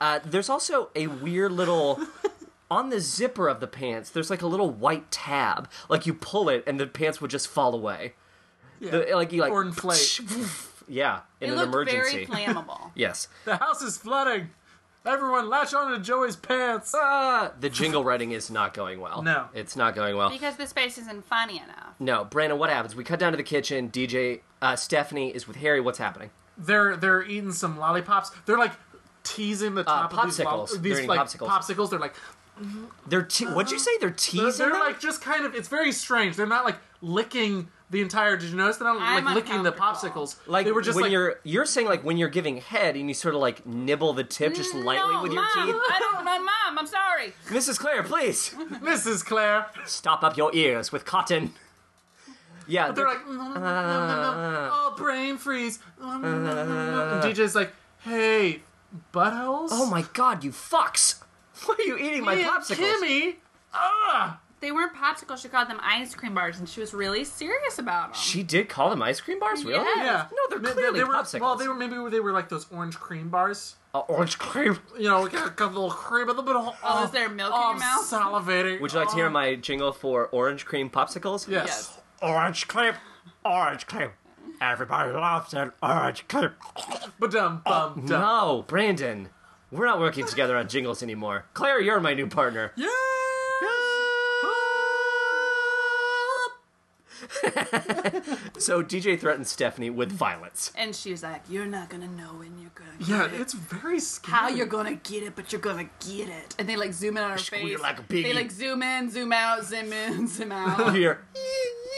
S2: uh, there's also a weird little on the zipper of the pants. There's like a little white tab. Like you pull it, and the pants would just fall away.
S3: Yeah.
S2: The- like you like
S3: Or inflate.
S2: yeah, in
S4: It
S2: an
S4: looked
S2: emergency.
S4: very flammable.
S2: yes.
S3: the house is flooding. Everyone latch on to Joey's pants.
S2: Uh, the jingle writing is not going well.
S3: No.
S2: it's not going well.
S4: because the space isn't funny enough.
S2: No, Brandon. What happens? We cut down to the kitchen. DJ uh, Stephanie is with Harry. What's happening?
S3: They're they're eating some lollipops. They're like teasing the top of these,
S2: Uh, popsicles.
S3: lolli-
S2: They're
S3: these
S2: eating
S3: like
S2: popsicles.
S3: They're like
S2: They're te- what'd you say? They're
S3: Uh, they're,
S2: teasing.
S3: they're,
S2: them?
S3: like just kind of. It's very strange. They're not like licking the entire. Did you notice they're not
S4: I'm
S3: like licking the
S4: uncomfortable.
S3: popsicles?
S2: Like
S3: they were just
S2: when
S3: like
S2: you're you're saying like when you're giving head and you sort of like nibble the tip just lightly
S4: Mm, No,
S2: with your
S4: Mom,
S2: teeth.
S4: I don't know, Mom. I'm sorry.
S2: Mrs. Claire, please
S3: Mrs. Claire.
S2: stop up your ears with cotton. Yeah,
S3: They're like, "Mm, mm, mm, mm, mm, oh, brain freeze. Mm, mm, mm, mm, mm." And DJ's like, hey, buttholes.
S2: oh my god, you fucks! Why are you eating my
S3: Yeah,
S2: popsicles?
S3: Kimmy. Ah.
S4: They weren't popsicles. She called them ice cream bars, and she was really serious about them.
S2: She did call them ice cream bars, really?
S4: Yeah.
S3: Yeah.
S2: No, they're clearly
S3: were,
S2: popsicles.
S3: Well, they were maybe they were like those orange cream bars.
S2: Uh, orange cream.
S3: You know, like a couple little cream, a little bit of. Oh,
S4: is there milk in
S3: oh,
S4: your
S3: I'm
S4: mouth?
S3: Salivating. Oh,
S2: Would you like to hear my jingle for orange cream popsicles?
S3: Yes.
S4: Yes.
S2: Orange cream, orange cream. Everybody loves an orange cream.
S3: But dum bum dum.
S2: Oh, No, Brandon, we're not working together on jingles anymore. Claire, you're my new partner.
S3: Yeah.
S2: So DJ threatens Stephanie with violence.
S4: And she's like, "You're not gonna know when you're gonna get
S3: Yeah,
S4: it.
S3: it's very scary.
S4: how you're gonna get it, but you're gonna get it." And they like zoom in on her
S2: Squeal
S4: face.
S2: like a piggy.
S4: they like zoom in, zoom out, zoom in, zoom out.
S2: Here.
S3: But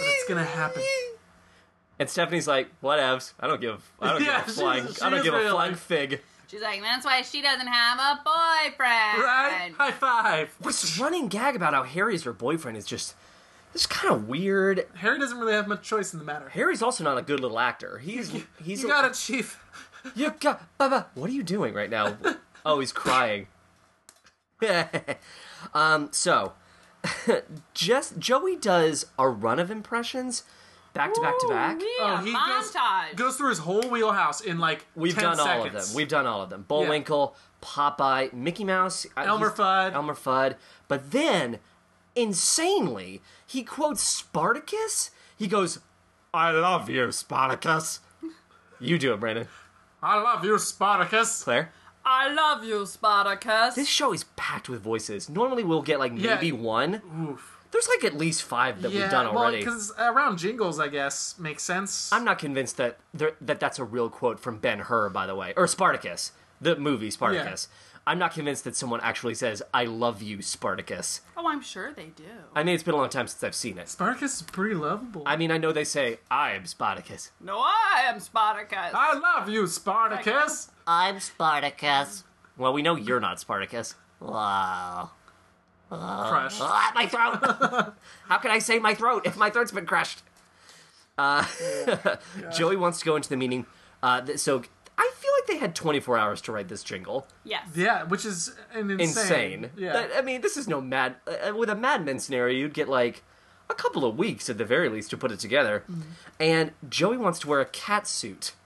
S3: it's gonna happen.
S2: And Stephanie's like, whatevs. I don't give. I don't
S3: Yeah,
S2: give a
S3: she's-
S2: flying. I
S3: she's
S2: don't give a
S3: really
S2: flying
S3: like-
S2: fig.
S4: she's like, "That's why she doesn't have a boyfriend."
S3: Right? High five.
S2: What's this running gag about how Harry's her boyfriend is just. This kind of weird.
S3: Harry doesn't really have much choice in the matter.
S2: Harry's also not a good little actor. He's he's
S3: you got it, Chief.
S2: You got Bubba. What are you doing right now? oh, he's crying. um, so just Joey does a run of impressions back to back to back. Oh,
S4: Yeah, montage.
S3: Oh, Goes, goes through his whole wheelhouse in like
S2: We've
S3: 10
S2: done all of
S3: seconds.
S2: them. We've done all of them. Bullwinkle, Popeye, Mickey Mouse, uh,
S3: Elmer
S2: he's-
S3: Fudd.
S2: Elmer Fudd. But then, insanely, he quotes Spartacus. He goes, "I love you, Spartacus." you do it, Brandon.
S3: I love you, Spartacus.
S2: Claire.
S4: I love you, Spartacus.
S2: This show is packed with voices. Normally, we'll get like
S3: Yeah.
S2: maybe one.
S3: Oof.
S2: There's like at least five that
S3: Yeah,
S2: we've done already.
S3: because around jingles, I guess makes sense.
S2: I'm not convinced that there, that that's a real quote from Ben Hur, by the way, or Spartacus, the movie Spartacus. I'm not convinced that someone actually says "I love you, Spartacus."
S4: oh, I'm sure they do.
S2: I mean, it's been a long time since I've seen it.
S3: Spartacus is pretty lovable.
S2: I mean, I know they say "I am Spartacus."
S4: no, I am Spartacus.
S3: I love you, Spartacus.
S5: I'm Spartacus.
S2: Well, we know you're not Spartacus.
S5: Wow.
S3: Crush.
S2: Ah, my throat. How can I say my throat if my throat's been crushed? Uh, Joey wants to go into the meeting. Uh, th- so I feel like they had 24 hours to write this jingle.
S4: Yes.
S3: Yeah, which is an insane.
S2: Insane.
S3: Yeah.
S2: That- I mean, this is no mad. Uh, with a Mad Men scenario, you'd get like a couple of weeks at the very least to put it together. And Joey wants to wear a cat suit.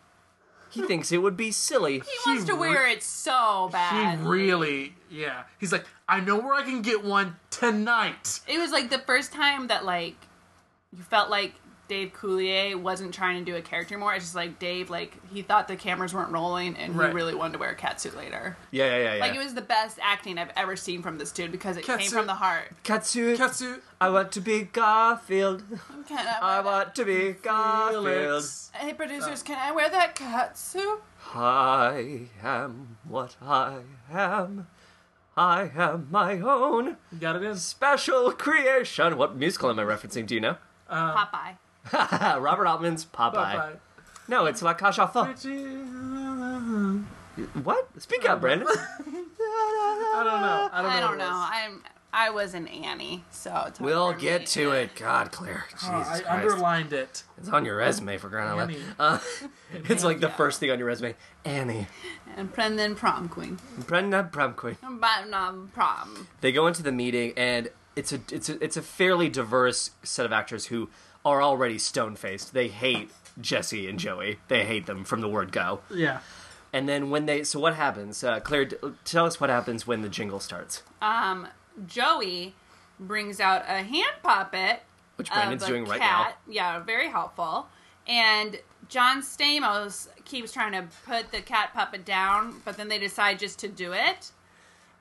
S2: He thinks it would be silly.
S4: He wants to wear it so bad.
S3: he really, yeah. He's like, I know where I can get one tonight.
S4: it was like the first time that like you felt like Dave Coulier wasn't trying to do a character more. It's just like Dave, like he thought the cameras weren't rolling, and
S3: Right.
S4: he really wanted to wear a catsuit later.
S2: Yeah, yeah, yeah. yeah.
S4: Like it was the best acting I've ever seen from this dude because it came
S3: Catsuit.
S4: from the heart.
S2: cat suit.
S3: Katsu,
S2: I want to be Garfield.
S4: Can
S2: I
S4: I,
S2: want to be Garfield.
S3: Felix.
S4: hey producers, can I wear that catsuit?
S2: I am what I am. I am my own
S3: You got it in.
S2: special creation. What musical am I referencing? Do you know?
S3: Um,
S4: Popeye.
S2: Ah, Robert Altman's Popeye.
S3: Bye-bye.
S2: No, it's La Cache aux Folles. What? Speak up, Brandon.
S3: I don't know. I don't know. what
S4: I don't
S3: it
S4: know.
S3: is.
S4: I'm I was an Annie, so it's hard
S2: we'll
S4: for me.
S2: get to it. God, Claire. Jesus
S3: Oh, I
S2: Christ.
S3: underlined it.
S2: It's on your resume for crying out loud.
S3: Annie.
S2: Uh, it's like the first thing on your resume. Annie.
S4: And Brendan prom queen.
S2: Brenda Brumquin.
S4: But not prom.
S2: They go into the meeting, and it's a it's a, it's a fairly diverse set of actors who are already stone faced. They hate Jesse and Joey. They hate them from the word go.
S3: Yeah.
S2: And then when they so what happens? Uh, Claire, d- tell us what happens when the jingle starts,
S4: um, Joey brings out a hand puppet.
S2: which
S4: of
S2: Brandon's
S4: a
S2: doing right now.
S4: cat. Yeah, very helpful. And John Stamos keeps trying to put the cat puppet down, but then they decide just to do it.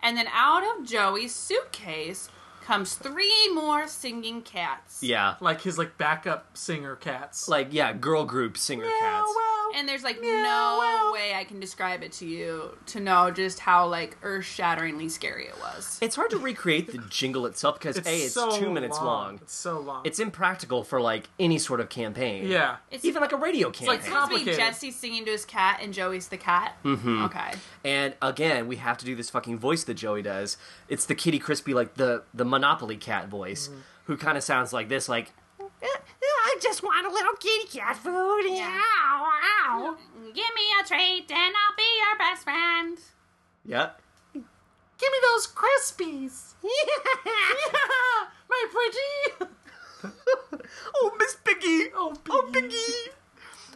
S4: And then out of Joey's suitcase comes three more singing cats.
S2: Yeah,
S3: Like his like backup singer cats.
S2: like yeah, girl group singer cats.
S4: And there's like no way I can describe it to you to know just how like earth-shatteringly scary it was.
S2: It's hard to recreate the jingle itself because a it's
S3: so
S2: two minutes long.
S3: It's so long.
S2: It's impractical for like any sort of campaign.
S3: yeah.
S4: It's
S2: even like a radio campaign.
S3: like
S4: It's supposed to be
S3: complicated.
S4: Jesse singing to his cat and Joey's the cat. Mm-hmm. Okay.
S2: And again, we have to do this fucking voice that Joey does. It's the Kitty Crispy, like the the Monopoly cat voice, who kind of sounds like this, like Mm. I just want a little kitty cat food. Yeah.
S4: Ow, ow. Give me a treat and I'll be your best friend.
S2: Yeah.
S3: Give me those Crispies. Yeah, my pretty.
S2: Oh, Miss Piggy.
S3: Oh, oh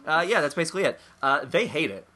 S2: Uh, yeah, that's basically it. Uh, they hate it.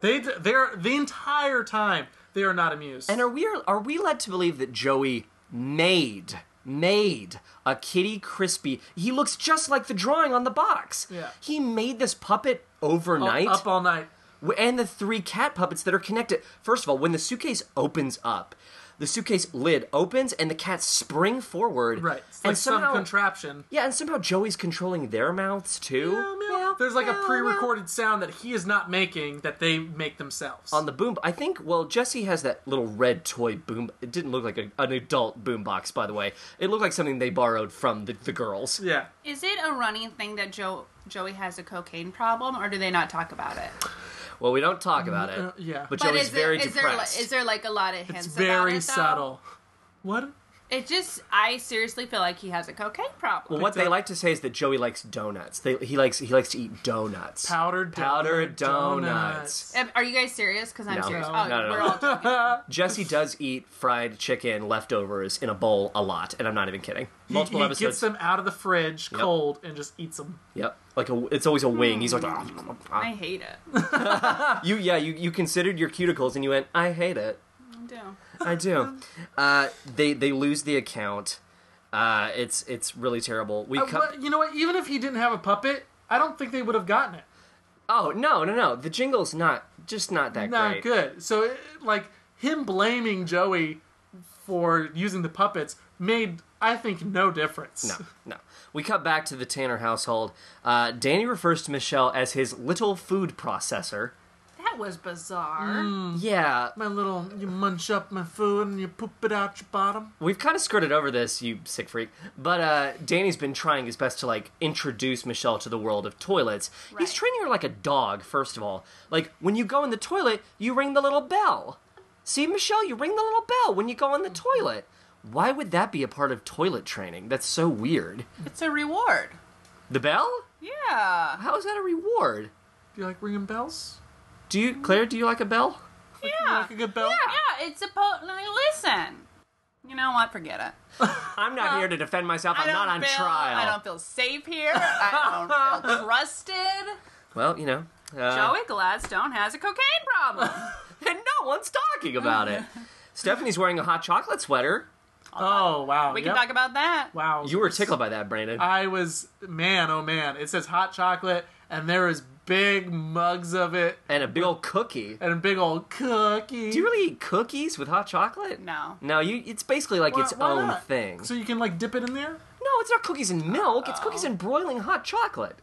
S3: They d- they're the entire time they are not amused.
S2: And are we are we led to believe that Joey made made a Kitty Crispy? He looks just like the drawing on the box.
S3: Yeah.
S2: He made this puppet overnight.
S3: up all night.
S2: W- and the three cat puppets that are connected. First of all, when the suitcase opens up, the suitcase lid opens and the cats spring forward.
S3: Right. It's
S2: and
S3: like
S2: somehow,
S3: some contraption.
S2: yeah, and somehow Joey's controlling their mouths too.
S3: There's like a
S2: meow,
S3: pre-recorded sound that he is not making that they make themselves.
S2: On the boom, I think. Well, Jesse has that little red toy boom. It didn't look like a, an adult boom box, by the way. It looked like something they borrowed from the, the girls.
S3: yeah.
S4: Is it a running thing that Joe Joey has a cocaine problem, or do they not talk about it?
S2: Well, we don't talk about it.
S3: uh, yeah.
S2: But,
S4: But
S2: Joey's
S4: is,
S2: very
S4: it, is there
S2: depressed.
S4: li- is there like a lot of hints?
S3: It's
S4: about it,
S3: very
S4: though?
S3: subtle. What?
S4: It just I seriously feel like he has a cocaine problem.
S2: Well, what
S3: Picked
S2: they
S3: up-
S2: like to say is that Joey likes donuts. They, he likes he likes to eat donuts.
S3: Powdered
S2: powdered
S3: donut
S2: donuts.
S4: Um, Are you guys serious? Because I'm
S2: No.
S4: serious.
S2: No.
S4: oh,
S2: No, no,
S4: we're
S2: no.
S4: all joking.
S2: Jesse does eat fried chicken leftovers in a bowl a lot, and I'm not even kidding.
S3: He-
S2: Multiple
S3: he,
S2: episodes.
S3: gets them out of the fridge cold and just eats them.
S2: yep, like a, it's always a wing. He's like, "Ah,
S3: Hmm.
S2: ah, ah."
S4: I hate it.
S2: you yeah, you you considered your cuticles, and you went, I hate it.
S4: I do.
S2: I do. uh, they they lose the account. Uh, it's it's really terrible. We
S3: Uh,
S2: co-
S3: what- you know what? Even if he didn't have a puppet, I don't think they would have gotten it.
S2: oh no no no the jingle's not just not that
S3: Not
S2: great.
S3: good. So, it, like him blaming Joey for using the puppets made, I think, no difference.
S2: No, no. We cut back to the Tanner household. Uh, Danny refers to Michelle as his little food processor.
S4: That was bizarre.
S2: Mm. Yeah,
S3: My little, you munch up my food and you poop it out your bottom.
S2: we've kind of skirted over this, you sick freak. But uh, Danny's been trying his best to like introduce Michelle to the world of toilets. He's
S4: Right.
S2: training her like a dog. First of all, like when you go in the toilet, you ring the little bell. See, Michelle, you ring the little bell when you go in the toilet. Why would that be a part of toilet training? That's so weird.
S4: It's a reward.
S2: The bell?
S4: Yeah.
S2: How is that a reward?
S3: Do you like ringing bells?
S2: Do you, Claire? Do you like a bell?
S4: Yeah.
S3: Like a good bell?
S4: Yeah, it's supposed. Like, listen. You know what? Forget it.
S2: I'm not here to defend myself. I'm
S4: I
S2: not
S4: don't
S2: on
S4: feel,
S2: trial.
S4: I don't feel safe here. I don't feel trusted.
S2: Well, you know. Uh, Oh,
S4: Joey Gladstone has a cocaine problem.
S2: And no one's talking about it. Stephanie's wearing a hot chocolate sweater.
S3: Oh, wow.
S4: We
S3: yep.
S4: can talk about that.
S3: Wow.
S2: You were tickled by that, Brandon.
S4: Uh,
S3: I was man, oh man. It says hot chocolate, and there is big mugs of it,
S2: and a big old cookie.
S3: and a big old cookie.
S2: Do you really eat cookies with hot chocolate?
S4: No.
S2: No, you. It's basically like
S3: Why-
S2: its
S3: why
S2: own
S3: not?
S2: thing.
S3: So you can like dip it in there.
S2: no, it's not cookies and milk. It's cookies
S4: Oh.
S2: and broiling hot chocolate.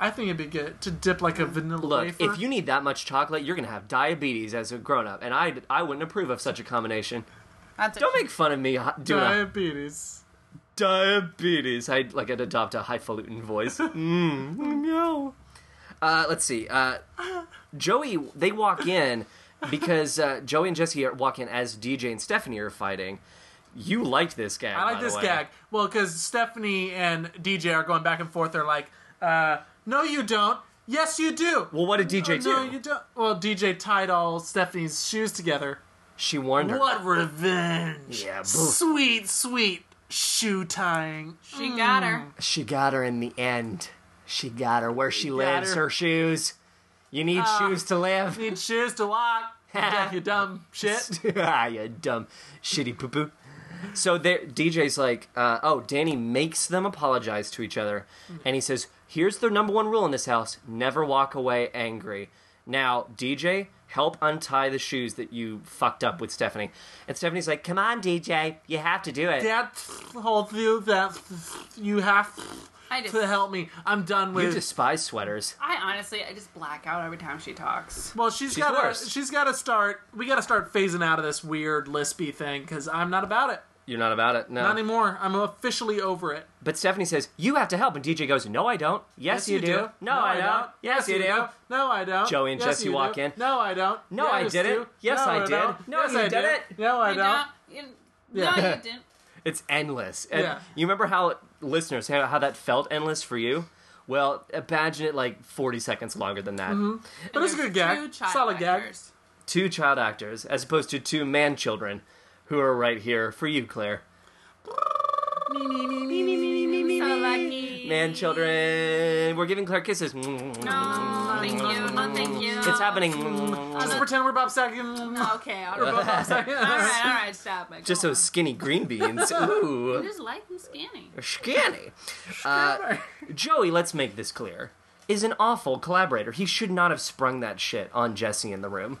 S3: I think it'd be good to dip like a vanilla
S2: Look,
S3: wafer.
S2: if you need that much chocolate, you're gonna have diabetes as a grown up, and I, I wouldn't approve of such a combination.
S4: That's a-
S2: Don't make fun of me ho- doing a-
S3: diabetes.
S2: diabetes. I'd like I'd adopt a highfalutin voice. mm, no. Uh, let's see. Uh, Joey, they walk in because uh, Joey and Jesse are- walk in as DJ and Stephanie are fighting. You liked this gag.
S3: I like
S2: by the
S3: this
S2: way.
S3: gag. Well, because Stephanie and DJ are going back and forth. They're like, uh, "No, you don't. Yes, you do.
S2: Well, what did DJ
S3: no,
S2: do?
S3: you don't." Well, DJ tied all Stephanie's shoes together.
S2: She warned her.
S3: What revenge!
S2: Yeah, boo.
S3: sweet, sweet shoe tying.
S4: She got
S3: Mm.
S4: her.
S2: She got her in the end. She got her where she
S3: got
S2: lives.
S3: her. Uh,
S2: Her. shoes. You need shoes to live.
S3: Need shoes to walk. Yeah, you dumb shit.
S2: ah, you dumb shitty poo poo. So there, DJ's like, uh, oh, Danny makes them apologize to each other, and he says, "Here's the number one rule in this house: never walk away angry." Now, DJ, help untie the shoes that you fucked up with Stephanie. And Stephanie's like, "Come on, DJ, you have to do it."
S3: That whole you that you have
S4: I just.
S3: to help me. I'm done
S2: You
S3: with.
S2: despise sweaters.
S4: I honestly, I just black out every time she talks.
S3: Well, she's
S2: She's
S3: got
S2: worse.
S3: to. She's got to start. We got to start phasing out of this weird lispy thing because I'm not about it.
S2: You're not about it, no.
S3: Not anymore. I'm officially over it.
S2: but Stephanie says, "You have to help," and DJ goes, "No, I don't. Yes, you, do. No, I, don't. Yes, you do."
S3: No, I don't.
S2: Joey and
S3: yes,
S2: Jesse
S3: you
S2: walk
S3: do.
S2: in.
S3: No, I don't.
S2: No, I
S3: Yes,
S2: did it.
S3: you.
S2: Yes,
S3: No,
S2: I did.
S3: don't.
S2: No,
S3: Yes,
S2: you
S3: I
S2: did
S3: do.
S2: it.
S3: No, I
S4: You
S3: don't.
S4: you-
S3: Yeah.
S4: No, you didn't.
S2: It's endless. And
S3: Yeah.
S2: You remember how listeners how how that felt endless for you? Well, imagine it like 40 seconds longer than that.
S3: But it's a good gag. Solid gag.
S2: Two child actors as opposed to two man children who are right here for you, Claire.
S4: So lucky.
S2: Man children. We're giving Claire kisses. It's
S4: No, Oh, thank you. No, thank you.
S2: happening.
S3: Just pretend we're Bob Saget.
S4: Okay, all right, all right, all right, stop it.
S2: Just
S4: Go on.
S2: those skinny green beans.
S4: I
S2: Ooh.
S4: just like them skinny.
S2: Scanny. Uh, Joey, let's make this clear, is an awful collaborator. He should not have sprung that shit on Jesse in the room.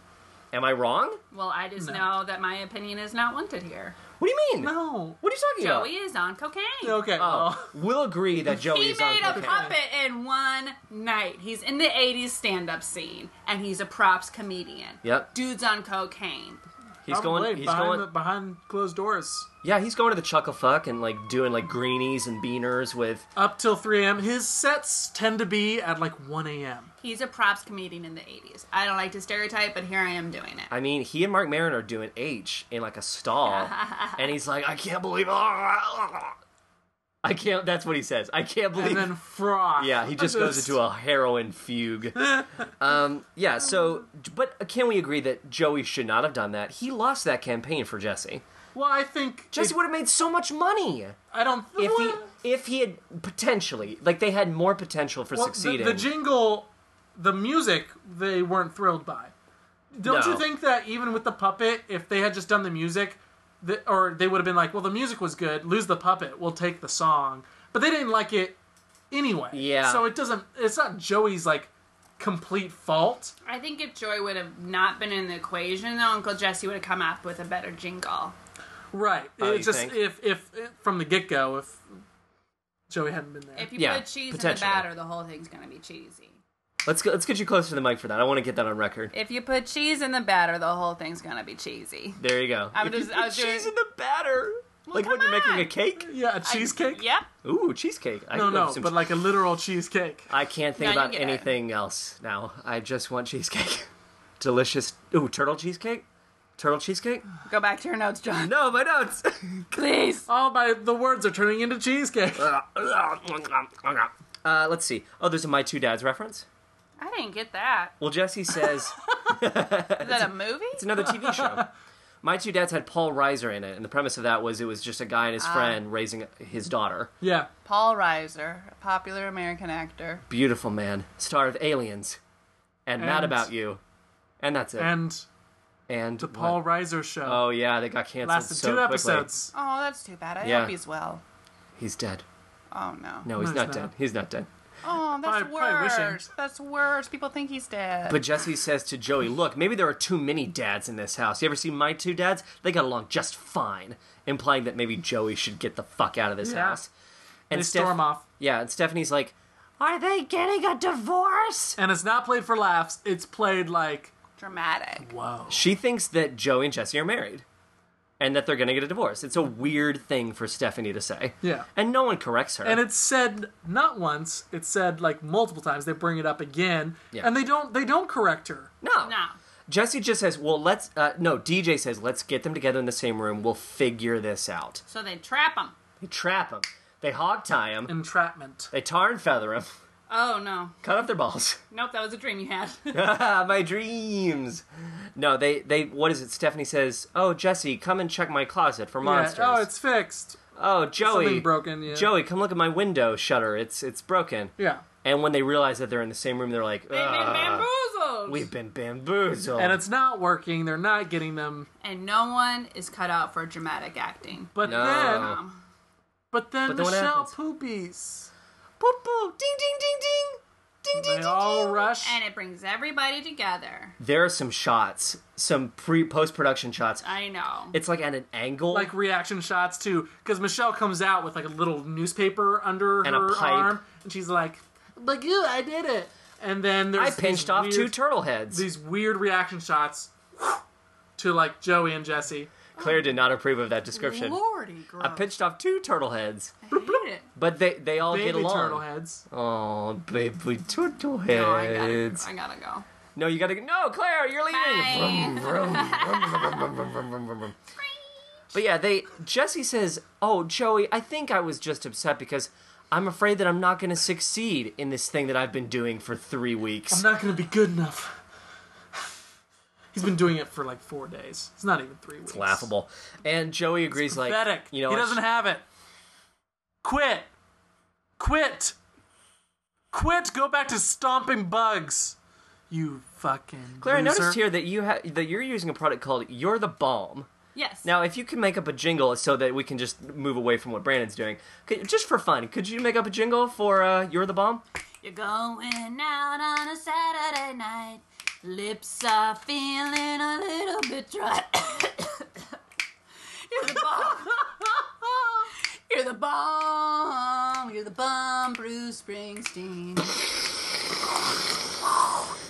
S2: Am I wrong?
S4: Well, I just
S3: No.
S4: know that my opinion is not wanted here.
S2: What do you mean?
S3: No.
S2: What are you talking
S4: Joey
S2: about?
S4: is on cocaine.
S3: Okay.
S2: Oh, we'll agree that Joey
S4: He
S2: is on
S4: made a
S2: cocaine.
S4: puppet in one night. He's in the 80s stand up scene, and he's a props comedian.
S2: Yep.
S4: Dude's on cocaine.
S2: He's
S3: Probably
S2: going. He's
S3: behind,
S2: going.
S3: the- behind closed doors.
S2: Yeah, he's going to the chuckle fuck and like doing like greenies and beaners with.
S3: Up till 3 a.m. His sets tend to be at like 1 a.m.
S4: He's a props comedian in the 80s. I don't like to stereotype, but here I am doing it.
S2: I mean, he and Mark Maron are doing H in like a stall, and he's like, "I can't believe." I can't. That's what he says. I can't believe.
S3: And then froth.
S2: Yeah, he just goes into a heroin fugue. um, yeah, so, but can we agree that Joey should not have done that? He lost that campaign for Jesse.
S3: Well, I think.
S2: Jesse
S3: if-
S2: would have made so much money
S3: I don't.
S2: if he
S3: Well, uh,
S2: if he had potentially like they had more potential for
S3: well, the-
S2: succeeding.
S3: The, jingle, the music, they weren't thrilled by. Don't
S2: No.
S3: you think that even with the puppet, if they had just done the music, the, or they would have been like, well, the music was good, lose the puppet, we'll take the song. But they didn't like it anyway.
S2: Yeah.
S3: So it doesn't. It's not Joey's like complete fault.
S4: I think if Joy would have not been in the equation, though, Uncle Jesse would have come up with a better jingle.
S3: Right.
S2: Oh,
S3: it's
S2: you
S3: just
S2: think?
S3: if if from the get go, if Joey hadn't been there,
S4: If you
S2: Yeah,
S4: put cheese in the
S2: potentially.
S4: batter, the whole thing's going to be cheesy.
S2: let's go, let's get you close to the mic for that. I want to get that on record.
S4: If you put cheese in the batter, the whole thing's going to be cheesy.
S2: There you go.
S4: I'm
S2: If you
S4: just-
S2: put
S4: I was
S2: cheese
S4: doing-
S2: in the batter, like when
S4: come
S2: you're making
S4: on.
S2: a cake.
S3: yeah, a cheesecake.
S4: Yep.
S2: Ooh, cheesecake. I
S3: No,
S2: can go
S3: no,
S2: with some
S3: but
S2: che-
S3: like a literal cheesecake.
S2: I can't think
S4: No, you
S2: about
S4: get it.
S2: anything else now. I just want cheesecake. Delicious. Ooh, turtle cheesecake. Turtle cheesecake.
S4: Go back to your notes, John.
S2: No, my notes.
S4: Please.
S3: All by Oh, the words are turning into cheesecake.
S2: uh, let's see. Oh, there's a My Two Dads reference.
S4: I didn't get that.
S2: Well, Jesse says
S4: Is that a movie?
S2: it's another TV show. My two dads had Paul Reiser in it, and the premise of that was it was just a guy and his friend raising his daughter.
S3: Yeah.
S4: Paul Reiser, a popular American actor.
S2: Beautiful man, star of Aliens, and, Mad
S3: And-
S2: About You, and that's it.
S3: And
S2: And
S3: the Paul
S2: what?
S3: Reiser show
S2: Oh yeah, they got canceled
S3: lasted
S2: so
S3: two
S2: quickly.
S3: episodes.
S4: Oh, that's too bad. I
S2: Yeah.
S4: hope he's well.
S2: He's dead.
S4: Oh no.
S2: No, he's
S3: he's
S2: not,
S3: not.
S2: dead. He's not dead.
S4: Oh, that's
S3: Probably- probably
S4: worse.
S3: wish him.
S4: That's worse. People think he's dead.
S2: But Jesse says to Joey, "Look, maybe there are too many dads in this house. You ever see my two dads? They got along just fine." Implying that maybe Joey should get the fuck out of this
S3: Yeah.
S2: house. And
S3: They
S2: Steph-
S3: storm off.
S2: Yeah, and Stephanie's like, "Are they getting a divorce?"
S3: And it's not played for laughs. It's played like,
S4: Dramatic.
S3: whoa.
S2: She thinks that Joey and Jesse are married and that they're going to get a divorce. It's a weird thing for Stephanie to say.
S3: Yeah.
S2: And no one corrects her.
S3: And it's said not once. It's said like multiple times. They bring it up again,
S2: Yeah.
S3: and they don't. They don't correct her.
S2: no.
S4: No.
S2: Jesse just says, "Well, let's uh, no." DJ says, "Let's get them together in the same room. We'll figure this out."
S4: So they trap him.
S2: They trap him. They hog tie him.
S3: Entrapment.
S2: They tar and feather him.
S4: Oh no.
S2: Cut off their balls.
S4: Nope, that was a dream you had.
S2: Ah, my dreams. No, they they. What is it? Stephanie says, "Oh, Jesse, come and check my closet for
S3: Yeah.
S2: monsters."
S3: Oh, it's fixed.
S2: Oh, Joey,
S3: Something broken. Yeah.
S2: Joey, come look at my window shutter. It's it's broken.
S3: Yeah.
S2: And when they realize that they're in the same room, they're like,
S4: They've been
S2: "Ah,
S4: bamboozled.
S2: "We've been bamboozled."
S3: And it's not working. They're not getting them.
S4: and no one is cut out for dramatic acting.
S3: But
S2: No.
S3: then,
S4: Um,
S3: but then
S2: But then what
S3: Michelle
S2: happens?
S3: Poopies.
S2: Boop, boop, ding ding ding ding. Ding, ding,
S3: They
S2: ding,
S3: all
S2: ding.
S3: rush.
S4: and it brings everybody together.
S2: There are some shots, some pre post production shots.
S4: I know.
S2: It's like at an angle,
S3: like reaction shots too, because Michelle comes out with like a little newspaper under
S2: And a
S3: her
S2: pipe.
S3: arm, and she's like, "Look, you, I did it." And then there's
S2: I
S3: these
S2: pinched off
S3: weird,
S2: two turtle heads.
S3: these weird reaction shots to like Joey and Jesse.
S2: Claire did not approve of that description.
S4: Lordy, gross.
S2: I
S3: Oh.
S2: pinched off two turtle heads,
S4: I hate it.
S2: but they they all
S3: Baby
S2: get along.
S3: turtle heads.
S2: Oh, baby turtle
S4: No, I gotta, go.
S2: heads.
S4: I gotta go.
S2: No, you gotta. No, Claire, you're leaving.
S4: Bye.
S2: Vroom, vroom, vroom, vroom, vroom, vroom, vroom, vroom. But yeah, they Jesse says, "Oh, Joey, I think I was just upset because I'm afraid that I'm not going to succeed in this thing that I've been doing for 3
S3: I'm
S2: weeks."
S3: not gonna be good enough. He's been doing it for like four days. It's not even three weeks.
S2: Laughable. And Joey agrees like,
S3: Pathetic.
S2: you know,
S3: he
S2: what,
S3: doesn't have it. Quit. Quit. Quit. Go back to stomping bugs. You fucking.
S2: Claire, I
S3: loser.
S2: noticed here that you ha- that you're using a product called You're the Balm.
S4: Yes.
S2: Now, if you can make up a jingle so that we can just move away from what Brandon's doing, could, just for fun, could you make up a jingle for uh, "You're the Bomb"?
S4: You're going out on a Saturday night. Lips are feeling a little bit dry. You're the bomb. You're the bomb. You're the bomb, Bruce Springsteen.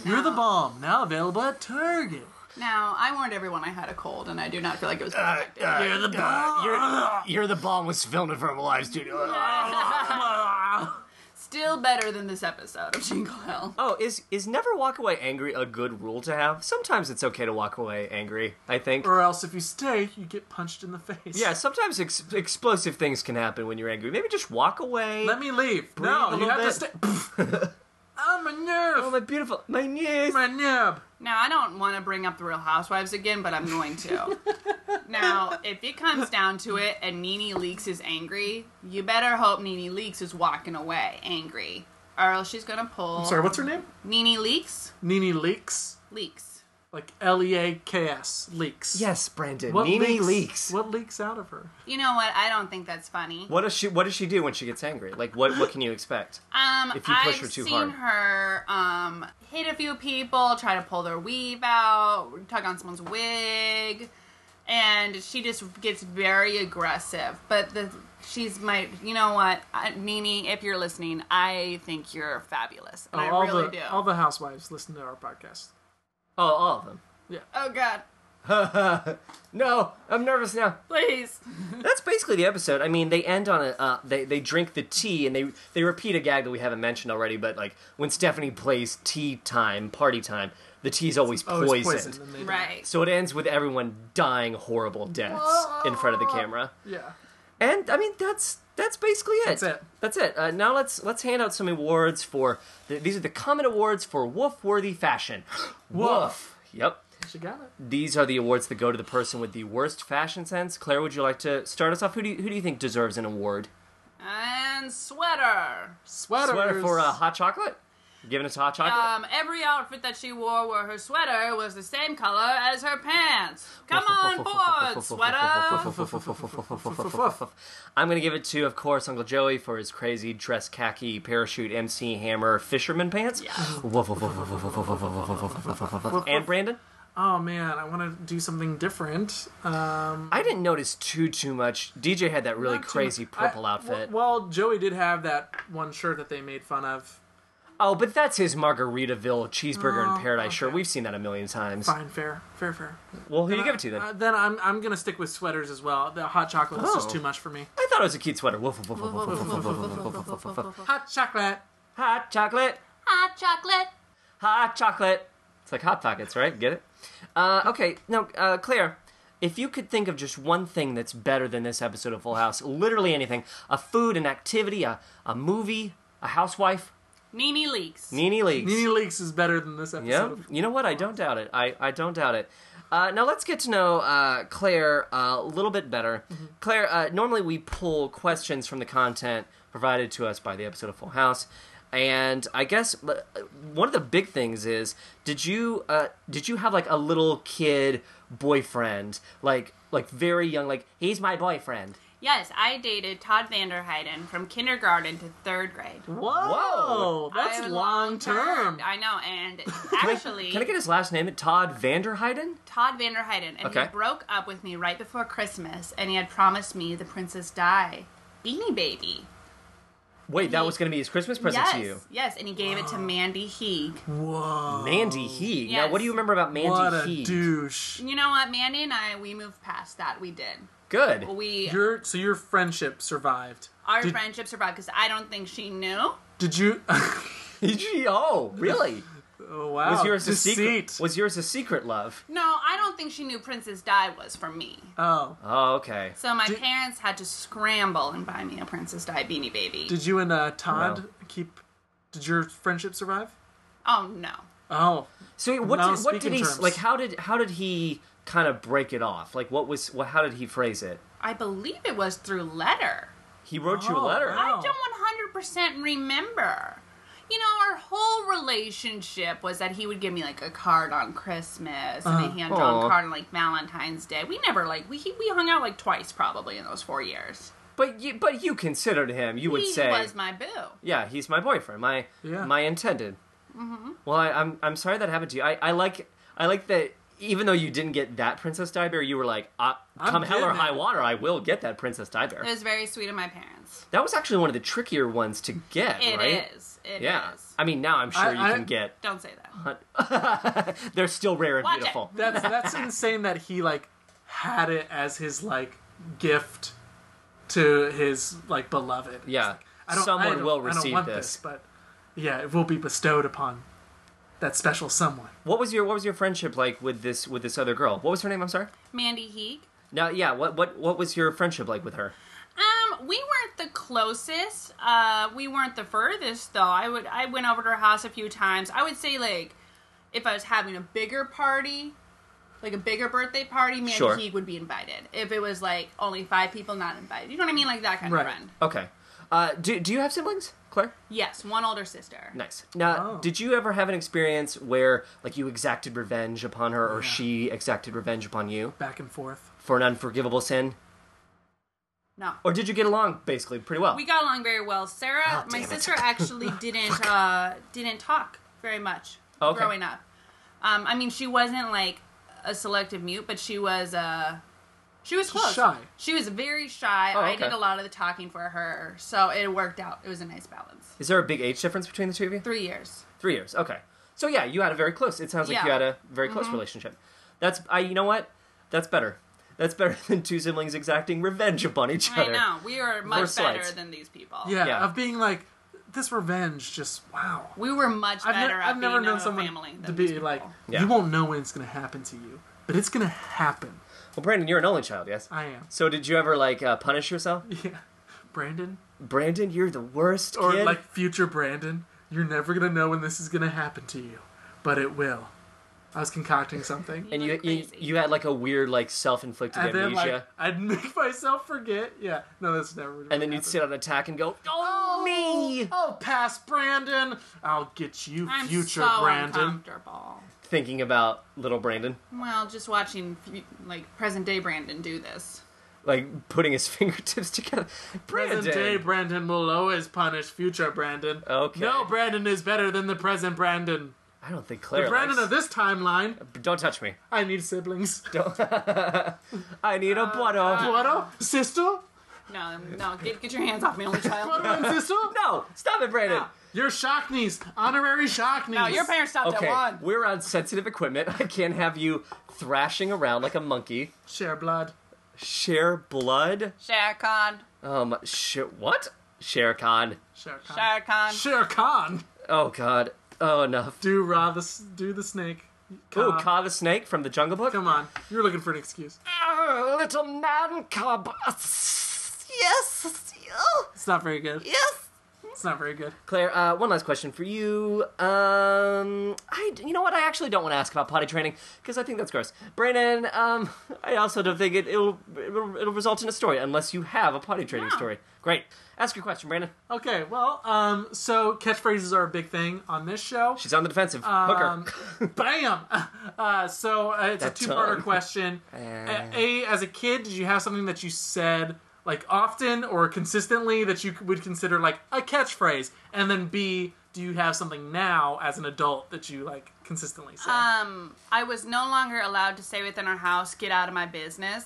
S3: You're the bomb. Now available at Target.
S4: Now, I warned everyone I had a cold, and I do not feel like it was.
S2: You're the bomb. Uh, you're, the bomb was filmed in front of a live studio.
S4: Still better than this episode of Jingle Hell.
S2: Oh, is is never walk away angry a good rule to have? Sometimes it's okay to walk away angry. I think.
S3: Or else, if you stay, you get punched in the face.
S2: Yeah, sometimes ex- explosive things can happen when you're angry. Maybe just walk away.
S3: Let me leave.
S2: Breathe a
S3: no, you
S2: little
S3: have
S2: bit.
S3: to stay. I'm a nerve.
S2: oh my beautiful, my knees.
S3: my nub.
S4: Now, I don't want to bring up the Real Housewives again, but I'm going to. now, if it comes down to it and Nene Leaks is angry, you better hope Nene Leaks is walking away angry, or else she's gonna pull.
S3: Sorry, what's her name?
S4: Nene Leaks
S3: Nene Leaks.
S4: Leaks.
S3: Like L E A K S. Leaks.
S2: Yes, Brandon.
S3: What
S2: Nene leaks.
S3: What leaks out of her?
S4: You know what? I don't think that's funny.
S2: What does she What does she do when she gets angry? Like, what what can you expect?
S4: Um,
S2: If you push
S4: I've
S2: her too hard.
S4: seen her um, hit a few people, try to pull their weave out, tug on someone's wig, and she just gets very aggressive. But the she's my, you know what, uh, Nene, if you're listening, I think you're fabulous, and
S3: all
S4: I really
S3: the
S4: do.
S3: all the housewives listen to our podcast.
S2: Oh, all of them.
S4: oh God,
S2: No, I'm nervous now.
S4: please.
S2: That's basically the episode. I mean, they end on a uh, they they drink the tea and they they repeat a gag that we haven't mentioned already. But like when Stephanie plays tea time, party time, the tea's always
S3: Oh,
S2: poisoned.
S3: it's poison. and they die.
S4: Right.
S2: So it ends with everyone dying horrible deaths in front of the camera.
S3: Yeah.
S2: And I mean that's that's basically it.
S3: That's it.
S2: That's it. Uh, now let's let's hand out some awards for th these are the common awards for woof-worthy fashion.
S3: Woof.
S2: Yep.
S3: She got it.
S2: These are the awards that go to the person with the worst fashion sense. Claire, would you like to start us off? Who do you, who do you think deserves an award?
S4: And sweater.
S3: Sweaters.
S2: Sweater for uh, hot chocolate. Giving us hot chocolate.
S4: Um, every outfit that she wore where her sweater was the same color as her pants. Come on board, sweater.
S2: I'm going to give it to, of course, Uncle Joey for his crazy dress khaki parachute MC hammer fisherman pants. and Brandon?
S3: Oh man, I want to do something different. Um,
S2: I didn't notice too, too much. DJ had that really
S3: not too
S2: crazy
S3: much- I-
S2: purple outfit.
S3: w- well, Joey did have that one shirt that they made fun of.
S2: Oh, but that's his Margaritaville cheeseburger in paradise shirt.
S3: Oh, okay.
S2: We've seen that a million times.
S3: Fine, fair, fair, fair.
S2: Well, who do you give it to then?
S3: Uh, then I'm I'm gonna stick with sweaters as well. The hot chocolate is just
S2: Oh.
S3: too much for me.
S2: I thought it was a cute sweater. Woof, woof, woof, woof, woof, woof, woof, woof, woof.
S3: Hot chocolate.
S2: Hot chocolate.
S5: Hot chocolate.
S2: Hot chocolate. It's like Hot Pockets, right? Get it? Uh, okay, now, uh, Claire, if you could think of just one thing that's better than this episode of Full House, literally anything a food, an activity, a, a movie, a housewife,
S4: Nene Leaks.
S2: Nene Leaks.
S3: Nene Leaks is better than this
S2: Yeah,
S3: episode.
S2: you know what? I don't doubt it. I, I don't doubt it. Uh, now let's get to know uh, Claire a little bit better. Claire, uh, normally we pull questions from the content provided to us by the episode of Full House, and I guess uh, one of the big things is did you uh, did you have like a little kid boyfriend like like very young like he's my boyfriend.
S4: Yes, I dated Todd Vanderheiden from kindergarten to third grade.
S3: Whoa,
S2: Whoa.
S3: that's
S4: I-
S3: long term.
S4: I know, and
S2: Can I-
S4: actually,
S2: can I get his last name? Todd Vanderheiden.
S4: Todd Vanderheiden, and
S2: Okay.
S4: he broke up with me right before Christmas, and he had promised me the Princess Di Beanie Baby.
S2: Wait, that was going to be his Christmas present
S4: yes,
S2: to you.
S4: yes, and he gave it to Mandy Heeg.
S3: Whoa,
S2: Mandy Heeg. Now,
S4: Yes.
S2: what do you remember about Mandy
S3: what a
S2: Heeg?
S3: douche.
S4: You know what, Mandy and I, we moved past that. We did.
S2: Good.
S4: We
S3: Your so your friendship survived.
S4: our
S3: did-
S4: friendships are broad because I don't think she knew.
S3: Did you?
S2: oh, really?
S3: oh wow.
S2: Was yours a
S3: Deceit.
S2: secret? Was yours a secret love?
S4: No, I don't think she knew Princess Di was for me.
S3: oh,
S2: Oh, okay.
S4: So my
S3: Did-
S4: parents had to scramble and buy me a Princess Di Beanie Baby.
S3: did you and uh, Todd
S2: Wow.
S3: keep? Did your friendship survive?
S4: oh no.
S3: Oh,
S2: So what?
S3: Now
S2: Did, what did
S3: speaking
S2: he
S3: terms.
S2: like? How did how did he kind of break it off? Like what was what? How did he phrase it?
S4: I believe it was through letter.
S2: He wrote you a
S3: Oh,
S2: letter.
S3: wow.
S4: I don't 100% remember. You know, our whole relationship was that he would give me like a card on Christmas and a hand drawn
S2: Uh-huh. Aw.
S4: card on like Valentine's Day. We never like, we, we hung out like twice probably in those four years.
S2: But you, but you considered him. You would
S4: he
S2: say,
S4: was my boo.
S2: yeah, he's my boyfriend, my
S3: Yeah.
S2: my intended.
S4: Mm-hmm.
S2: Well, I, I'm I'm sorry that happened to you. I, I like I like that. Even though you didn't get that Princess Di Bear, you were like, uh,
S3: I'm
S2: come hell or
S3: getting
S2: high
S3: it.
S2: water, I will get that Princess Di Bear.
S4: It was very sweet of my parents.
S2: That was actually one of the trickier ones to get,
S4: It
S2: right?
S4: is. It
S2: Yeah. Uh-huh.
S4: is.
S2: I mean, now I'm sure
S3: I-
S2: you
S3: I-
S2: can get.
S4: Don't say that.
S2: They're still rare and
S4: Watch it.
S2: beautiful.
S3: that's that's insane that he like had it as his like gift to his like beloved.
S2: Yeah.
S3: I don't,
S2: Someone
S3: I don't-
S2: will
S3: I don't
S2: receive
S3: want
S2: this.
S3: but yeah, it will be bestowed upon that special someone.
S2: What was your What was your friendship like with this with this other girl? What was her name? I'm sorry.
S4: Mandy Heeg.
S2: Now, yeah. What What What was your friendship like with her?
S4: Um, we weren't the closest. Uh, we weren't the furthest though. I would I went over to her house a few times. I would say like if I was having a bigger party, like a bigger birthday party, me
S2: Sure.
S4: and he would be invited. If it was like only five people, not invited. You know what I mean? Like that kind
S3: Right.
S4: of friend.
S2: Okay. Uh, do Do you have siblings, Claire?
S4: Yes, one older sister.
S2: Nice. Now,
S3: Oh.
S2: did you ever have an experience where like you exacted revenge upon her, or she exacted revenge upon you
S3: Back and forth.
S2: for an unforgivable sin,
S4: No.
S2: or did you get along basically pretty well?
S4: We got along very well. Sarah,
S2: Oh,
S4: my
S2: damn it.
S4: sister, actually didn't uh, didn't talk very much
S2: Oh, Okay.
S4: growing up. Um, I mean, she wasn't like a selective mute, but she was uh, she was close.
S3: shy.
S4: She was very shy.
S2: Oh,
S4: I did
S2: okay.
S4: a lot of the talking for her, so it worked out. It was a nice balance.
S2: Is there a big age difference between the two of you?
S4: Three years.
S2: Three years. Okay. So yeah, you had a very close. It sounds like
S4: Yeah.
S2: you had a very
S3: Mm-hmm.
S2: close relationship. That's I. You know what? That's better. That's better than two siblings exacting revenge upon each
S4: I
S2: other.
S4: know we were much
S2: Worse
S4: better
S2: lights.
S4: than these people.
S3: Yeah,
S2: Yeah.
S3: of being like this revenge. Just wow.
S4: we were much
S3: I've,
S4: better.
S3: ne-
S4: at
S3: I've never
S4: being
S3: known
S4: a
S3: someone
S4: family
S3: to
S4: than these
S3: be
S4: people.
S3: like
S2: Yeah.
S3: you won't know when it's gonna happen to you, but it's gonna happen.
S2: Well, Brandon, you're an only child, yes?
S3: I am.
S2: So did you ever like uh, punish yourself?
S3: Yeah. Brandon?
S2: Brandon, you're the worst
S3: Or
S2: kid.
S3: like future Brandon, you're never going to know when this is going to happen to you, but it will. I was concocting something.
S2: and you,
S4: You're
S2: you
S4: crazy.
S2: you had like a weird like self-inflicted
S3: And then,
S2: amnesia.
S3: like, I'd make myself forget. Yeah, no, that's never. gonna
S2: and then
S3: happen.
S2: you'd sit on attack and go, "Oh,
S3: Oh,
S2: me!"
S3: Oh, past Brandon. I'll get you,
S4: I'm
S3: future
S4: so
S3: Brandon.
S4: uncomfortable.
S2: Thinking about little Brandon,
S4: Well, just watching fu- like present day Brandon do this.
S2: like putting his fingertips together. Brandon,
S3: Present day Brandon will always punish future Brandon.
S2: Okay.
S3: No, Brandon is better than the present Brandon.
S2: I don't think Claire.
S3: Brandon
S2: likes-
S3: of this timeline.
S2: Don't touch me.
S3: I need siblings.
S2: I need a butter.
S3: Guado, sister,
S4: No, no, get, get your hands off me, only child.
S3: Guado and sister.
S2: no, stop it, Brandon.
S4: No.
S3: You're Shockneys, honorary Shockneys.
S4: No, your parents stopped
S2: Okay,
S4: at one.
S2: we're on sensitive equipment. I can't have you thrashing around like a monkey.
S3: share blood.
S2: Share blood.
S4: Share Khan,
S2: Um, sh- what? Share Khan.
S3: Share Khan.
S4: Share Khan.
S3: Shere Khan.
S2: Oh God. Oh enough.
S3: Do Ra the s- do the snake.
S2: Ooh,
S4: Uh,
S3: Khan.
S2: Ka the snake from the Jungle Book.
S3: Come on, you're looking for an excuse.
S2: Oh, little man cub.
S5: Yes. Oh,
S3: It's not very good.
S5: yes.
S3: It's not very good.
S2: Claire, uh, one last question for you. Um, I, you know what? I actually don't want to ask about potty training because I think that's gross. Brandon, um, I also don't think it, it'll, it'll it'll result in a story unless you have a potty training
S4: No.
S2: story. Great. Ask your question, Brandon.
S3: Okay, well, um, so catchphrases are a big thing on this show.
S2: She's on the defensive.
S3: Um,
S2: Hooker.
S3: Bam! Uh, so uh, it's
S2: That
S3: a two-parter
S2: tongue.
S3: question. a, A, as a kid, did you have something that you said like often or consistently that you would consider like a catchphrase? And then B, do you have something now as an adult that you like consistently say?
S4: Um, I was no longer allowed to say within our house, "Get out of my business,"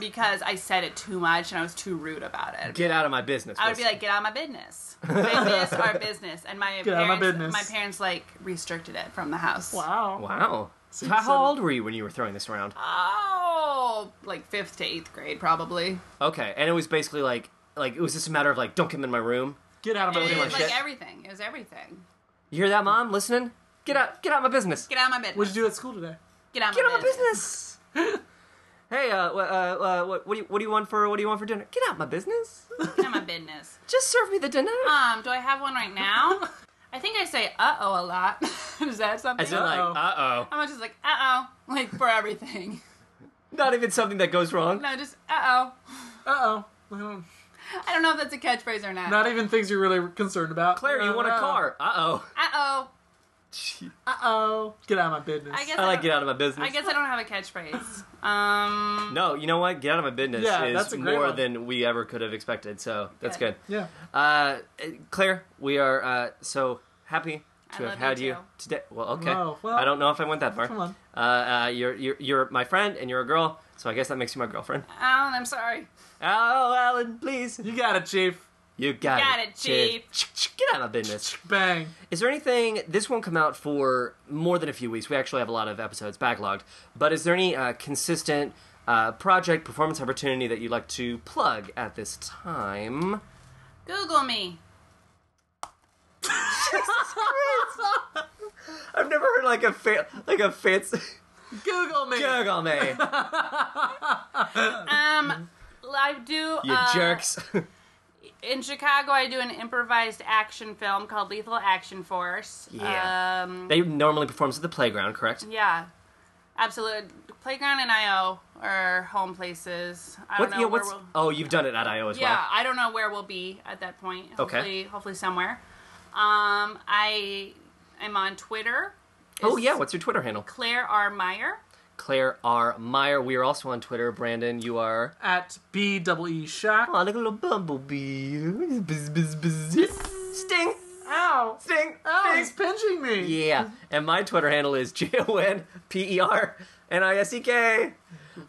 S4: because I said it too much and I was too rude about it.
S2: Get out of my business.
S4: I would be like, "Get out of my business." business our business, and my
S3: out of my
S4: parents,
S3: business.
S4: parents like restricted it from the house.
S3: wow.
S2: wow.
S3: Six,
S2: How-
S3: seven.
S2: How old were you when you were throwing this around?
S4: Uh, Oh, like fifth to eighth grade, probably.
S2: Okay, and it was basically like, like it was just a matter of like, don't come in my room.
S3: Get out of my
S4: It
S3: way.
S4: was
S2: like
S4: like
S2: shit.
S4: everything. It was everything.
S2: You hear that, mom? Listening? Get out! Get out of my business!
S4: Get out of my business.
S3: What'd you do at school today?
S4: Get out of
S2: Get
S4: my
S2: out of my
S4: business.
S2: business! hey, uh, wh- uh, uh, what, what do you what do you want for what do you want for dinner? Get out of my business!
S4: Get out of my business.
S2: Just serve me the dinner.
S4: Um, do I have one right now? I think I say "uh oh" a lot. Is that something?
S2: As in, like,
S3: Uh-oh.
S2: uh oh,
S4: I'm just like "uh oh," like for everything.
S2: not even something that goes wrong.
S4: No, just "uh oh."
S3: Uh oh.
S4: I don't know if that's a catchphrase or not.
S3: Not even things you're really concerned about.
S2: Claire, you want a car? Uh oh.
S4: uh oh.
S3: Uh oh. Get out of my business.
S4: I guess
S2: I like
S4: don't-
S2: get out of my business.
S4: I guess I don't have a catchphrase. Um,
S2: No, you know what? Get out of my business
S3: Yeah,
S2: is
S3: that's a great
S2: more
S3: one.
S2: than we ever could have expected. So that's
S4: Good.
S2: good.
S3: Yeah.
S2: Uh, Claire, we are uh, so happy
S4: I
S2: to have
S4: love
S2: had
S4: you
S2: you,
S4: too.
S2: today. Well, okay.
S3: Wow, well,
S2: I don't know if I went that far.
S3: come on.
S2: Uh, uh, you're, you're you're my friend and you're a girl, so I guess that makes you my girlfriend.
S4: Alan, I'm sorry.
S2: Oh, Alan, please.
S3: You got it, Chief.
S2: You got,
S4: Got it,
S2: Chief. Get out of my business.
S3: Bang.
S2: Is there anything? This won't come out for more than a few weeks. We actually have a lot of episodes backlogged. But is there any uh, consistent uh, project performance opportunity that you'd like to plug at this time?
S4: Google me.
S2: I've never heard like a fa- like a fancy
S3: Google me.
S2: Google me,
S4: Um, I do.
S2: you
S4: uh,
S2: jerks.
S4: In Chicago, I do an improvised action film called Lethal Action Force.
S2: Yeah.
S4: Um,
S2: they normally performs at the playground, correct?
S4: yeah. Absolutely. Playground and IO are home places. I
S2: What?
S4: don't know
S2: Yeah.
S4: where
S2: What's?
S4: we'll-
S2: Oh, you've done it at IO as
S4: Yeah,
S2: well.
S4: I don't know where we'll be at that point.
S2: Okay.
S4: Hopefully, hopefully somewhere. Um, I am on Twitter.
S2: Oh
S4: It's
S2: yeah. What's your Twitter handle?
S4: Claire R. Meyer.
S2: Claire R. Meyer. We are also on Twitter. Brandon, you are.
S3: At B double E Shock.
S2: Oh, look at little bumblebee. Bzz, bzz, bzz. Sting,
S3: Ow!
S2: sting,
S3: Ow, he's
S2: sting.
S3: pinching me!
S2: Yeah. And my Twitter handle is J O N P E R N I S E K.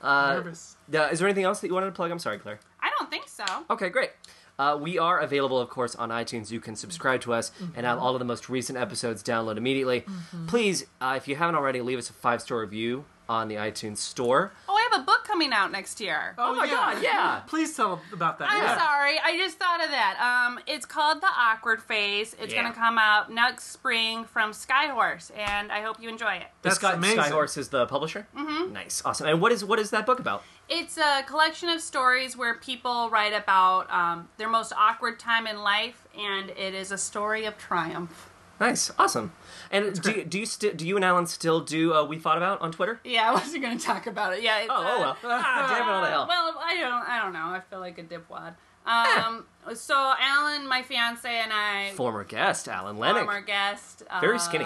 S3: I'm nervous.
S2: Uh, Is there anything else that you wanted to plug? I'm sorry, Claire.
S4: I don't think so. Oh,
S2: Okay, great. Uh, we are available, of course, on iTunes. You can subscribe to us and have all of the most recent episodes download immediately. Please, uh, if you haven't already, leave us a five star review on the iTunes store.
S4: Oh, I have a book coming out next year.
S3: Oh,
S2: my God, yeah.
S3: Please tell about that.
S4: I'm
S3: Yeah.
S4: sorry. I just thought of that. Um, it's called The Awkward Phase. It's
S2: Yeah.
S4: going to come out next spring from Skyhorse, and I hope you enjoy it.
S3: That's
S2: Sky,
S3: amazing.
S2: Skyhorse is the publisher. Mm-hmm. Nice, awesome. And what is what is that book about?
S4: It's a collection of stories where people write about um, their most awkward time in life, and it is a story of triumph.
S2: Nice, awesome. And do you, do you sti- do you and Alan still do uh, we thought about on Twitter?
S4: Yeah, I wasn't going to talk about it. Yeah. It's,
S2: Oh, oh
S4: uh,
S2: well. Ah, damn it all the hell.
S4: Well, I don't. I don't know. I feel like a dipwad. Um, so Alan, my fiance, and I,
S2: Former guest Alan Lennox.
S4: former guest, uh,
S2: Very skinny.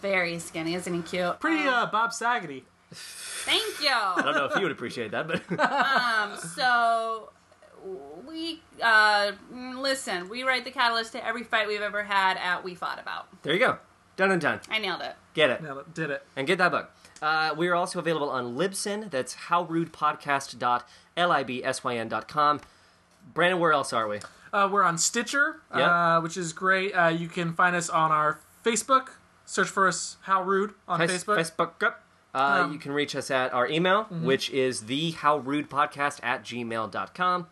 S4: very skinny. Isn't he cute?
S3: Pretty
S4: Um,
S3: uh, Bob Saggity.
S4: Thank
S2: I
S4: you.
S2: don't know if you would appreciate that, but
S4: um, so we uh, listen. We write the catalyst to every fight we've ever had at We Fought About.
S2: there you go. Done and done.
S4: I nailed it.
S2: Get it.
S3: Nailed it. Did it.
S2: And get that book. Uh, we are also available on Libsyn. That's howrudepodcast.libsyn.com. Brandon, where else are we?
S3: Uh, we're on Stitcher,
S2: Yeah.
S3: uh, which is great. Uh, you can find us on our Facebook. Search for us, How Rude, on
S2: Face-
S3: Facebook.
S2: Facebook. yep. Uh,
S3: Um,
S2: you can reach us at our email, which is the howrudepodcast at gmail.com.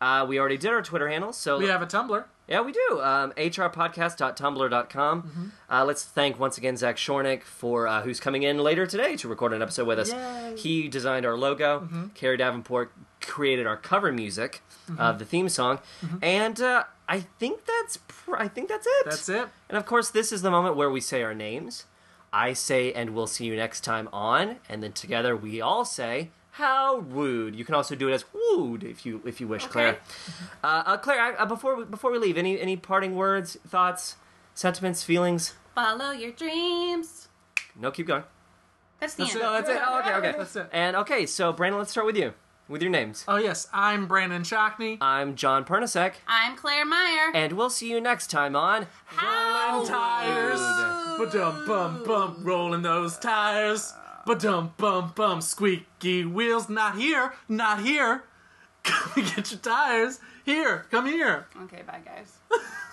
S2: Uh, we already did our Twitter handle, so
S3: We have a Tumblr.
S2: yeah, we do. Um, hrpodcast.tumblr.com. Uh, let's thank once again Zach Shornick for uh, who's coming in later today to record an episode with us.
S3: Yay.
S2: He designed our logo. Carrie Davenport created our cover music of the theme song, and uh, I think that's pr- I think that's it.
S3: That's it.
S2: And of course, this is the moment where we say our names. I say, and we'll see you next time on, and then together we all say, "How rude!" You can also do it as "wooed" if you if you wish, Claire. Uh, uh, Claire, I, uh, before we, before we leave, any any parting words, thoughts, sentiments, feelings?
S4: Follow your dreams.
S2: No, keep going.
S4: That's the end.
S3: it.
S2: No, that's it. Oh, okay, okay.
S3: That's it.
S2: And okay, so Brandon, let's start with you with your names.
S3: Oh, yes. I'm Brandon Shockney.
S2: I'm John Pernasek,
S4: I'm Claire Meyer.
S2: and we'll see you next time on.
S4: How
S3: tires. Ba-dum bum bum, rolling those tires. Ba-dum bum bum, squeaky wheels. Not here, not here. Come and get your tires. Here, come here.
S4: Okay, bye guys.